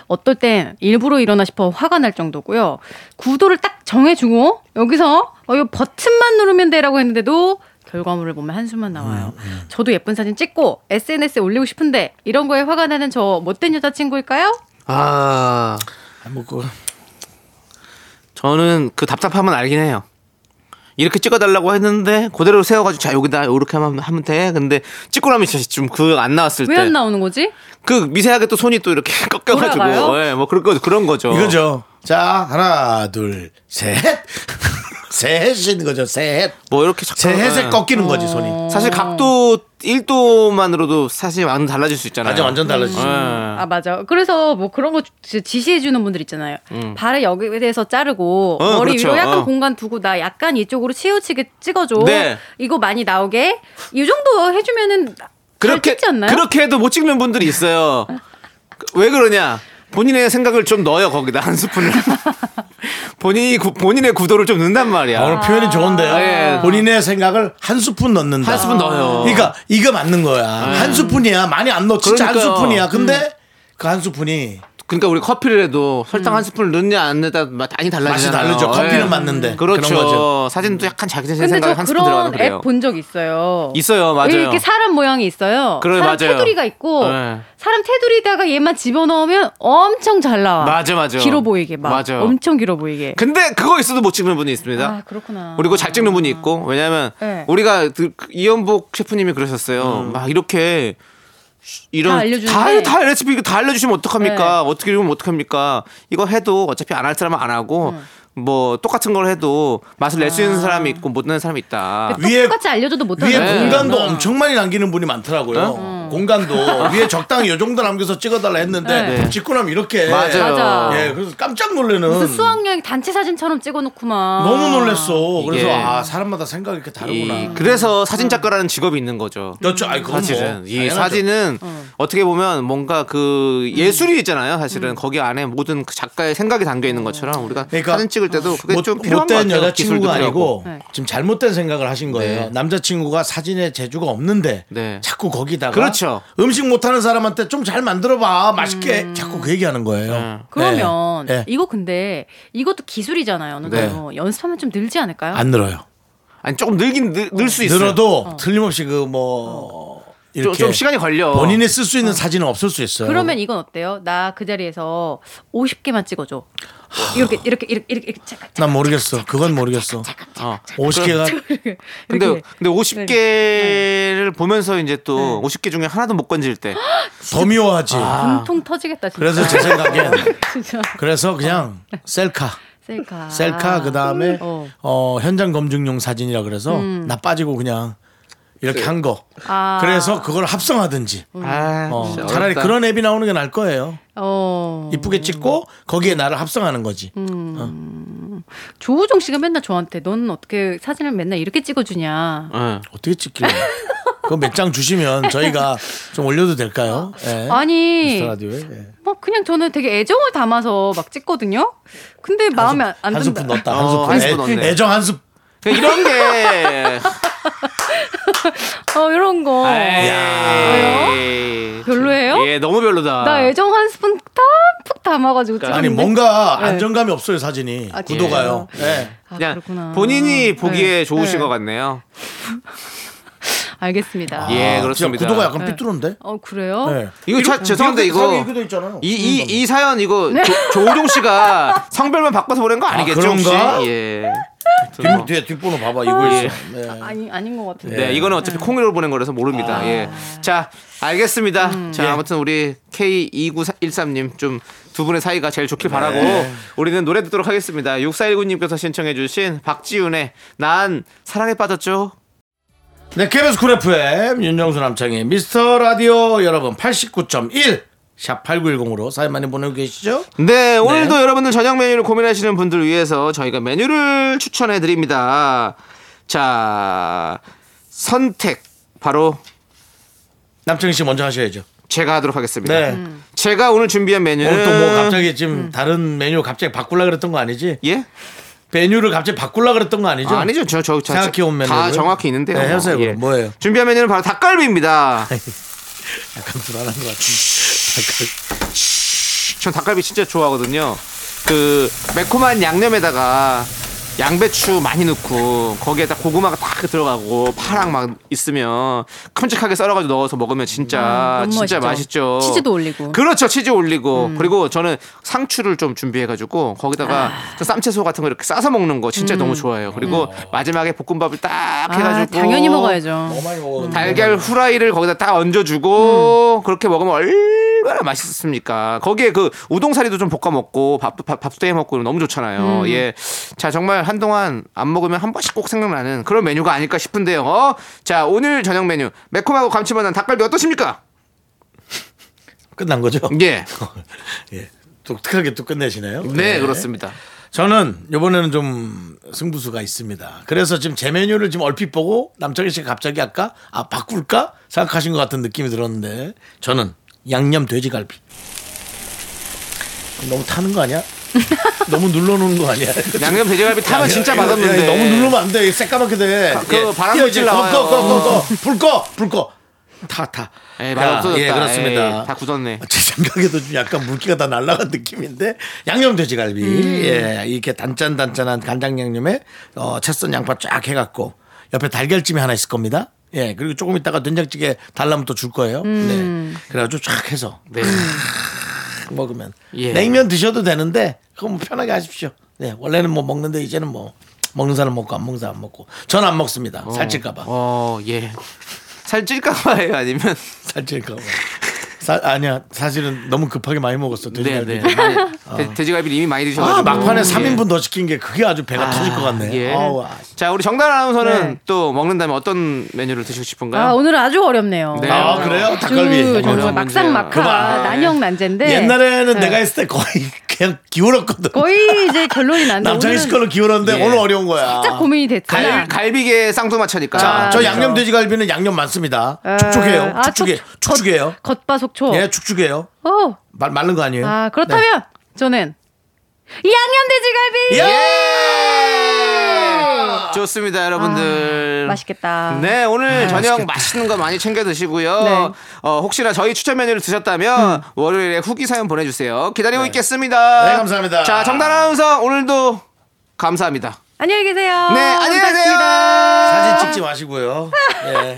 S8: 어떨 땐 일부러 일어나 싶어 화가 날 정도고요. 구도를 딱 정해주고 여기서 어, 이 버튼만 누르면 돼라고 했는데도 결과물을 보면 한숨만
S2: 음,
S8: 나와요. 저도 예쁜 사진 찍고 SNS에 올리고 싶은데 이런 거에 화가 나는 저 못된 여자친구일까요?
S2: 아
S1: 아, 뭐 그,
S2: 저는 그 답답함은 알긴 해요. 이렇게 찍어달라고 했는데 그대로 세워가지고 자 여기다 이렇게 하면 하면 돼. 근데 찍고 나면 진짜 좀그 안 나왔을
S8: 왜
S2: 때
S8: 안 나오는 거지?
S2: 그 미세하게 또 손이 또 이렇게 꺾여가지고
S8: 돌아가요?
S2: 어. 예, 뭐 그런 거 그런 거죠.
S1: 이거죠. 자, 하나, 둘, 셋. 새해신 거죠. 새해.
S2: 뭐 이렇게 자꾸-
S1: 새해색
S2: 예.
S1: 꺾이는 거지 손이.
S2: 사실 각도 1도만으로도 사실 많이 달라질 수 있잖아요. 예.
S1: 맞아 완전 달라지지.
S2: 어.
S8: 아 맞아. 그래서 뭐 그런 거 지시해 주는 분들 있잖아요. 발을 여기에 대해서 자르고
S2: 음. 어,
S8: 머리
S2: 그렇죠.
S8: 위로 약간
S2: 어.
S8: 공간 두고 나 약간 이쪽으로 치우치게 찍어줘.
S2: 네.
S8: 이거 많이 나오게 이 정도 해주면은 그렇게
S2: 그렇게
S8: 찍지 않나요?
S2: 그렇게 해도 못 찍는 분들이 있어요. 그- 왜 그러냐? 본인의 생각을 좀 넣어요 거기다 한 스푼을. 본인이 구- 본인의 구도를 좀 넣는단 말이야.
S1: 아, 오늘 표현이 좋은데요.
S2: 예.
S1: 본인의 생각을 한 스푼 넣는다.
S2: 한 스푼 넣어요. 네.
S1: 그러니까 이거 맞는 거야. 한 스푼이야. 많이 안 넣어. 진짜 한
S2: 그러니까요. 음.
S1: 스푼이야. 근데 그 한 스푼이
S2: 그러니까 우리 커피를 해도 설탕
S8: 음.
S2: 한 스푼을 넣느냐 안 넣느냐 많이 달라지잖아요. 네.
S1: 맛이 다르죠. 커피는 맞는데.
S2: 그렇죠.
S1: 그런 거죠.
S2: 사진도 약간 자기 자신
S8: 음. 근데
S2: 생각에
S8: 저
S2: 한 스푼 들어가는
S8: 그런
S2: 그래요.
S8: 앱 본 적 있어요.
S2: 있어요, 맞아요.
S8: 이렇게 사람 모양이 있어요.
S2: 그래,
S8: 사람
S2: 맞아요.
S8: 테두리가 있고
S2: 네.
S8: 사람 테두리다가 얘만 집어넣으면 엄청 잘 나와.
S2: 맞아, 맞아.
S8: 길어 보이게 막
S2: 맞아요.
S8: 엄청 길어 보이게.
S2: 근데 그거 있어도 못 찍는 분이 있습니다.
S8: 아 그렇구나.
S2: 그리고 잘 찍는 분이 있고 왜냐하면
S8: 네.
S2: 우리가 그- 그 이연복 셰프님이 그러셨어요.
S1: 음.
S2: 막 이렇게 이런
S8: 다 알려주는데.
S2: 다다 레시피 이거 다 알려주시면 어떡합니까?
S8: 네.
S2: 어떻게 이러면 어떡합니까? 이거 해도 어차피 안 할 사람은 안 하고
S8: 음.
S2: 뭐 똑같은 걸 해도 맛을 낼 수
S8: 아.
S2: 있는 사람이 있고 못 내는 사람이 있다.
S8: 똑-
S1: 위에-
S8: 그러니까 똑같이 알려줘도 못하는
S1: 위에
S2: 네.
S8: 거예요.
S1: 공간도 엄청 많이 남기는 분이 많더라고요. 어.
S2: 음.
S1: 공간도 위에 적당히 요 정도 남겨서 찍어달라 했는데
S2: 네.
S1: 찍고 나면 이렇게
S2: 맞아요.
S8: 맞아.
S1: 예, 그래서 깜짝 놀래는.
S8: 무슨 수학여행 단체 사진처럼 찍어놓고만.
S1: 음. 너무 놀랬어. 그래서
S2: 아. 이게-
S1: 아 사람마다 생각이 이렇게 다르구나.
S2: 이- 그래서 사진 작가라는 직업이 있는 거죠.
S1: 여쭤 아이 그건
S2: 사실은
S1: 뭐,
S2: 이
S1: 당연하죠.
S2: 사진은 어떻게 보면 뭔가 그
S8: 음.
S2: 예술이 있잖아요. 사실은 거기 안에 모든 그 작가의 생각이 담겨
S8: 음.
S2: 있는 것처럼 우리가
S1: 그러니까
S2: 사진 찍을 때도 그게
S1: 못,
S2: 좀 필요한 것
S1: 못된
S2: 같아요. 기술도
S1: 여자친구가
S2: 필요하고.
S1: 아니고 지금 잘못된 생각을 하신 거예요.
S2: 네.
S1: 남자친구가 사진에 재주가 없는데
S2: 네.
S1: 자꾸 거기다가
S2: 그렇죠.
S1: 음식 못하는 사람한테 좀 잘 만들어봐 맛있게
S2: 음.
S1: 자꾸 그 얘기하는
S2: 네.
S1: 거예요.
S8: 그러면
S1: 네. 네.
S8: 이거 근데 이것도 기술이잖아요. 어느
S1: 네.
S8: 정도 연습하면 좀 늘지 않을까요?
S1: 안 늘어요.
S2: 아니 조금 늘긴 늘 수 있어요. 어.
S1: 늘어도 틀림없이 그 뭐
S2: 좀,
S1: 이렇게
S2: 좀 시간이 걸려.
S1: 본인이 쓸 수 있는 사진은 없을 수 있어요.
S8: 그러면 이건 어때요? 나 그 자리에서 50개만 찍어줘. 이렇게 이렇게 이렇게 이렇게 이렇게 잠깐
S1: 난 모르겠어. 그건 모르겠어.
S2: 어.
S1: 50개가
S2: 근데
S8: 이렇게. 네.
S2: 근데 50개를 보면서 이제 또 50개 중에 하나도 못 건질 때
S1: 더 미워하지.
S2: 아.
S8: 분통 터지겠다 진짜.
S1: 그래서 제 생각엔
S2: 어.
S8: 진짜
S1: 그래서 그냥 셀카.
S2: 아.
S8: 셀카.
S1: 셀카 그다음에
S8: 어.
S1: 어. 현장 검증용 사진이라 그래서
S2: 음.
S1: 나 빠지고 그냥 이렇게
S2: 네.
S1: 한 거.
S8: 아.
S1: 그래서 그걸 합성하든지.
S8: 음.
S2: 아,
S1: 어,
S2: 진짜
S1: 차라리
S2: 어렵다.
S1: 그런 앱이 나오는 게 나을 거예요.
S8: 어.
S2: 음.
S1: 이쁘게 찍고 거기에 나를 합성하는 거지.
S8: 조우종 씨가 맨날 저한테 넌 어떻게 사진을 맨날 이렇게 찍어주냐.
S2: 예.
S1: 어떻게 찍길래? 그거 몇 장 주시면 저희가 좀 올려도 될까요? 예.
S8: 아니
S1: 미스터 라디오에. 예.
S8: 뭐 그냥 저는 되게 애정을 담아서 막 찍거든요. 근데 마음에 안, 안
S1: 한 스푼
S8: 든다.
S1: 넣었다.
S2: 어,
S1: 한
S2: 한
S1: 스푼.
S2: 스푼 넣었네.
S1: 애, 애정 한 스푼.
S2: 그러니까 이런 게
S8: 어 이런 거.
S2: 예. 에이.
S8: 별로예요?
S2: 아, 예, 너무 별로다.
S8: 나 애정 한 스푼 푹 담아가지고
S2: 그러니까.
S8: 찍었는데.
S1: 아니 뭔가 안정감이 없어요 사진이.
S8: 네. 아, 진짜요?
S1: 구도가요. 예.
S8: 아,
S2: 그냥
S8: 그렇구나.
S2: 본인이 보기에
S8: 네.
S2: 좋으신
S8: 네.
S2: 것 같네요.
S8: 알겠습니다.
S2: 예,
S1: 아,
S2: 그렇습니다.
S1: 진짜 구도가 약간
S8: 네.
S1: 삐뚤은데?
S8: 어 그래요?
S1: 예.
S2: 이거 자, 죄송한데
S1: 이렇게
S2: 이거
S1: 사기 있잖아요.
S2: 이 이 이 사연 이거
S8: 네.
S2: 조, 조우종 씨가 성별만 바꿔서 보낸 거 아니겠죠?
S1: 그런가?
S2: 혹시? 예.
S1: 뒷, 뒤에 뒷번호 봐봐 이거 있어. 네.
S8: 아니 아닌 것 같은데.
S2: 네, 이거는 어차피 콩으로 보낸 거라서 모릅니다.
S8: 아.
S2: 예. 자, 알겠습니다.
S8: 음.
S2: 자, 아무튼 우리 K2913님 좀 두 분의 사이가 제일 좋길 바라고 우리는 노래 듣도록 하겠습니다. 6419님께서 신청해주신 박지윤의 난 사랑에 빠졌죠?
S1: 네, KBS 쿨 FM 윤정수 남창희 미스터 라디오 여러분 89.1 샵 8910으로 사연 많이 보내고 계시죠?
S2: 네, 오늘도 여러분들 저녁 메뉴를 고민하시는 분들을 위해서 저희가 메뉴를 추천해 드립니다. 자, 선택. 바로
S1: 남창희 씨 먼저 하셔야죠.
S2: 제가 하도록 하겠습니다.
S1: 네.
S8: 음.
S2: 제가 오늘 준비한 메뉴는
S1: 오늘 또 뭐 갑자기 지금
S2: 음.
S1: 다른 메뉴 갑자기 바꾸려 그랬던 거 아니지?
S2: 예?
S1: 메뉴를 갑자기 바꾸려 그랬던 거 아니죠?
S2: 아, 니죠 저, 저, 저,
S1: 생각해 온 메뉴를.
S2: 다 정확히 있는데요.
S1: 네, 해주세요, 그럼. 뭐예요?
S2: 준비한 메뉴는 바로 닭갈비입니다.
S1: 약간 불안한 것 같은데.
S2: 전 닭갈비 진짜 좋아하거든요. 그 매콤한 양념에다가 양배추 많이 넣고 거기에다 고구마가 딱 들어가고 파랑 막 있으면 큼직하게 썰어가지고 넣어서 먹으면 진짜
S8: 음, 너무
S2: 진짜
S8: 맛있죠.
S2: 맛있죠.
S8: 치즈도 올리고.
S2: 그렇죠, 치즈 올리고
S8: 음.
S2: 그리고 저는 상추를 좀 준비해가지고 거기다가
S8: 아.
S2: 저 쌈채소 같은 거 이렇게 싸서 먹는 거 진짜 너무 좋아해요. 그리고 마지막에 볶음밥을 딱
S8: 음. 어. 아,
S2: 해가지고
S8: 당연히 먹어야죠. 음.
S1: 너무 많이 먹어.
S2: 달걀 후라이를 거기다 딱 얹어주고 그렇게 먹으면 얼마나 맛있었습니까? 거기에 그 우동사리도 좀 볶아 먹고 밥, 밥, 밥도 해 먹고 너무 좋잖아요.
S8: 음.
S2: 예. 자, 정말 한동안 안 먹으면 한 번씩 꼭 생각나는 그런 메뉴가 아닐까 싶은데요. 어? 자, 오늘 저녁 메뉴. 매콤하고 감칠맛난 닭갈비 어떠십니까?
S1: 끝난 거죠?
S2: 예.
S1: 예. 독특하게 또 끝내시네요.
S2: 네,
S1: 예.
S2: 그렇습니다.
S1: 저는 이번에는 좀 승부수가 있습니다. 그래서 지금 제 메뉴를 지금 얼핏 보고 남창희 씨가 갑자기 할까? 아, 바꿀까? 생각하신 것 같은 느낌이 들었는데 저는 양념 돼지갈비. 너무 타는 거 아니야? 너무 눌러놓는 거 아니야?
S2: 양념 돼지갈비 타면 진짜
S1: 이거,
S2: 맛없는데.
S1: 이거 너무 누르면 안 돼. 새까맣게 돼.
S2: 그 바람
S1: 뛰어, 이제
S2: 불질 나와요.
S1: 꺼, 꺼, 꺼, 꺼. 불 꺼, 불 꺼. 타, 타.
S2: 에이, 맛
S1: 자,
S2: 없어졌다.
S1: 예, 그렇습니다. 아,
S2: 에이, 다 굳었네.
S1: 제 생각에도 좀 약간 물기가 다 날라간 느낌인데 양념 돼지갈비
S2: 음.
S1: 예 이렇게 단짠단짠한 간장 양념에 어, 채썬 양파 쫙 해갖고 옆에 달걀찜이 하나 있을 겁니다 예 그리고 조금 있다가 된장찌개 달라면 또 줄 거예요 네
S2: 음.
S1: 그래가지고 쫙 해서
S2: 네.
S1: 먹으면
S2: 예.
S1: 냉면 드셔도 되는데 그거 뭐 편하게 하십시오 네 원래는 뭐 먹는데 이제는 뭐 먹는 사람 먹고 안 먹는 사람 안 먹고 전 안 먹습니다 살찔까봐
S2: 어, 예. 살찔까봐요, 아니면
S1: 살찔까봐 사- 아니야 사실은 너무 급하게 많이 먹었어
S2: 네,
S1: 돼지갈비
S2: 네. 돼- 돼지갈비 이미 많이 드셔가지고
S1: 아, 막판에
S2: 예.
S1: 3인분 더 시킨 게 그게 아주 배가 터질 것 같네.
S2: 예.
S1: 아우, 아,
S2: 자, 우리 정단 아나운서는
S8: 네.
S2: 또 먹는다면 어떤 메뉴를 드시고
S8: 아,
S2: 싶은가요?
S8: 오늘 아주 어렵네요.
S2: 네.
S1: 아, 그래요?
S8: 아주
S1: 닭갈비.
S8: 정말
S2: 어려운
S8: 막상
S1: 문제야.
S2: 아,
S8: 막하
S1: 그만.
S8: 난영 난제인데
S1: 옛날에는
S8: 네.
S1: 내가 했을 때 거의 그냥 기울었거든.
S8: 거의 이제 결론이 난데
S1: 남창희 씨
S8: 오늘은
S1: 걸로 기울었는데
S2: 예.
S1: 오늘 어려운 거야.
S8: 진짜 고민이 됐잖아.
S2: 갈, 갈비게 쌍두마차니까.
S1: 자,
S8: 아,
S1: 저
S8: 그렇죠.
S1: 양념 돼지갈비는 양념 많습니다.
S8: 아,
S1: 축축해요.
S8: 아,
S1: 축축해.
S8: 촉-
S1: 축축해요.
S8: 겉바속촉.
S1: 예, 축축해요.
S8: 오.
S1: 말 말른 거 아니에요?
S8: 어. 아 그렇다면 저는 양념 돼지갈비.
S1: 네. 예!
S2: 좋습니다, 여러분들.
S8: 아, 맛있겠다.
S2: 네, 오늘
S1: 아,
S2: 저녁 맛있는 거 많이 챙겨 드시고요.
S8: 네.
S2: 어, 혹시나 저희 추천 메뉴를 드셨다면 월요일에 후기 사연 보내주세요. 기다리고 있겠습니다.
S1: 음. 네, 감사합니다.
S2: 자, 정단 아나운서 오늘도 감사합니다.
S8: 안녕히 계세요.
S2: 네, 안녕히 계세요.
S8: 감사합니다.
S1: 사진 찍지 마시고요. 예.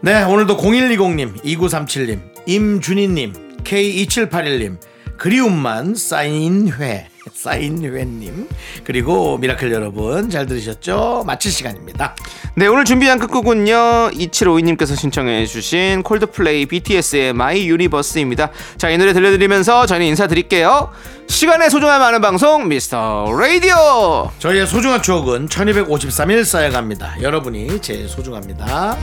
S1: 네, 오늘도 0120님, 2937님, 임준희님, K2781님, 그리움만 쌓인회, 쌓인회님, 그리고 미라클 여러분 잘 들으셨죠? 마칠 시간입니다.
S2: 네 오늘 준비한 끝곡은요 2752님께서 신청해 주신 콜드플레이 BTS의 My Universe입니다 자 이 노래 들려드리면서 저희는 인사드릴게요 시간의 소중함 아는 방송 미스터 라디오
S1: 저희의 소중한 추억은 1253일 쌓여갑니다. 여러분이 제일 소중합니다.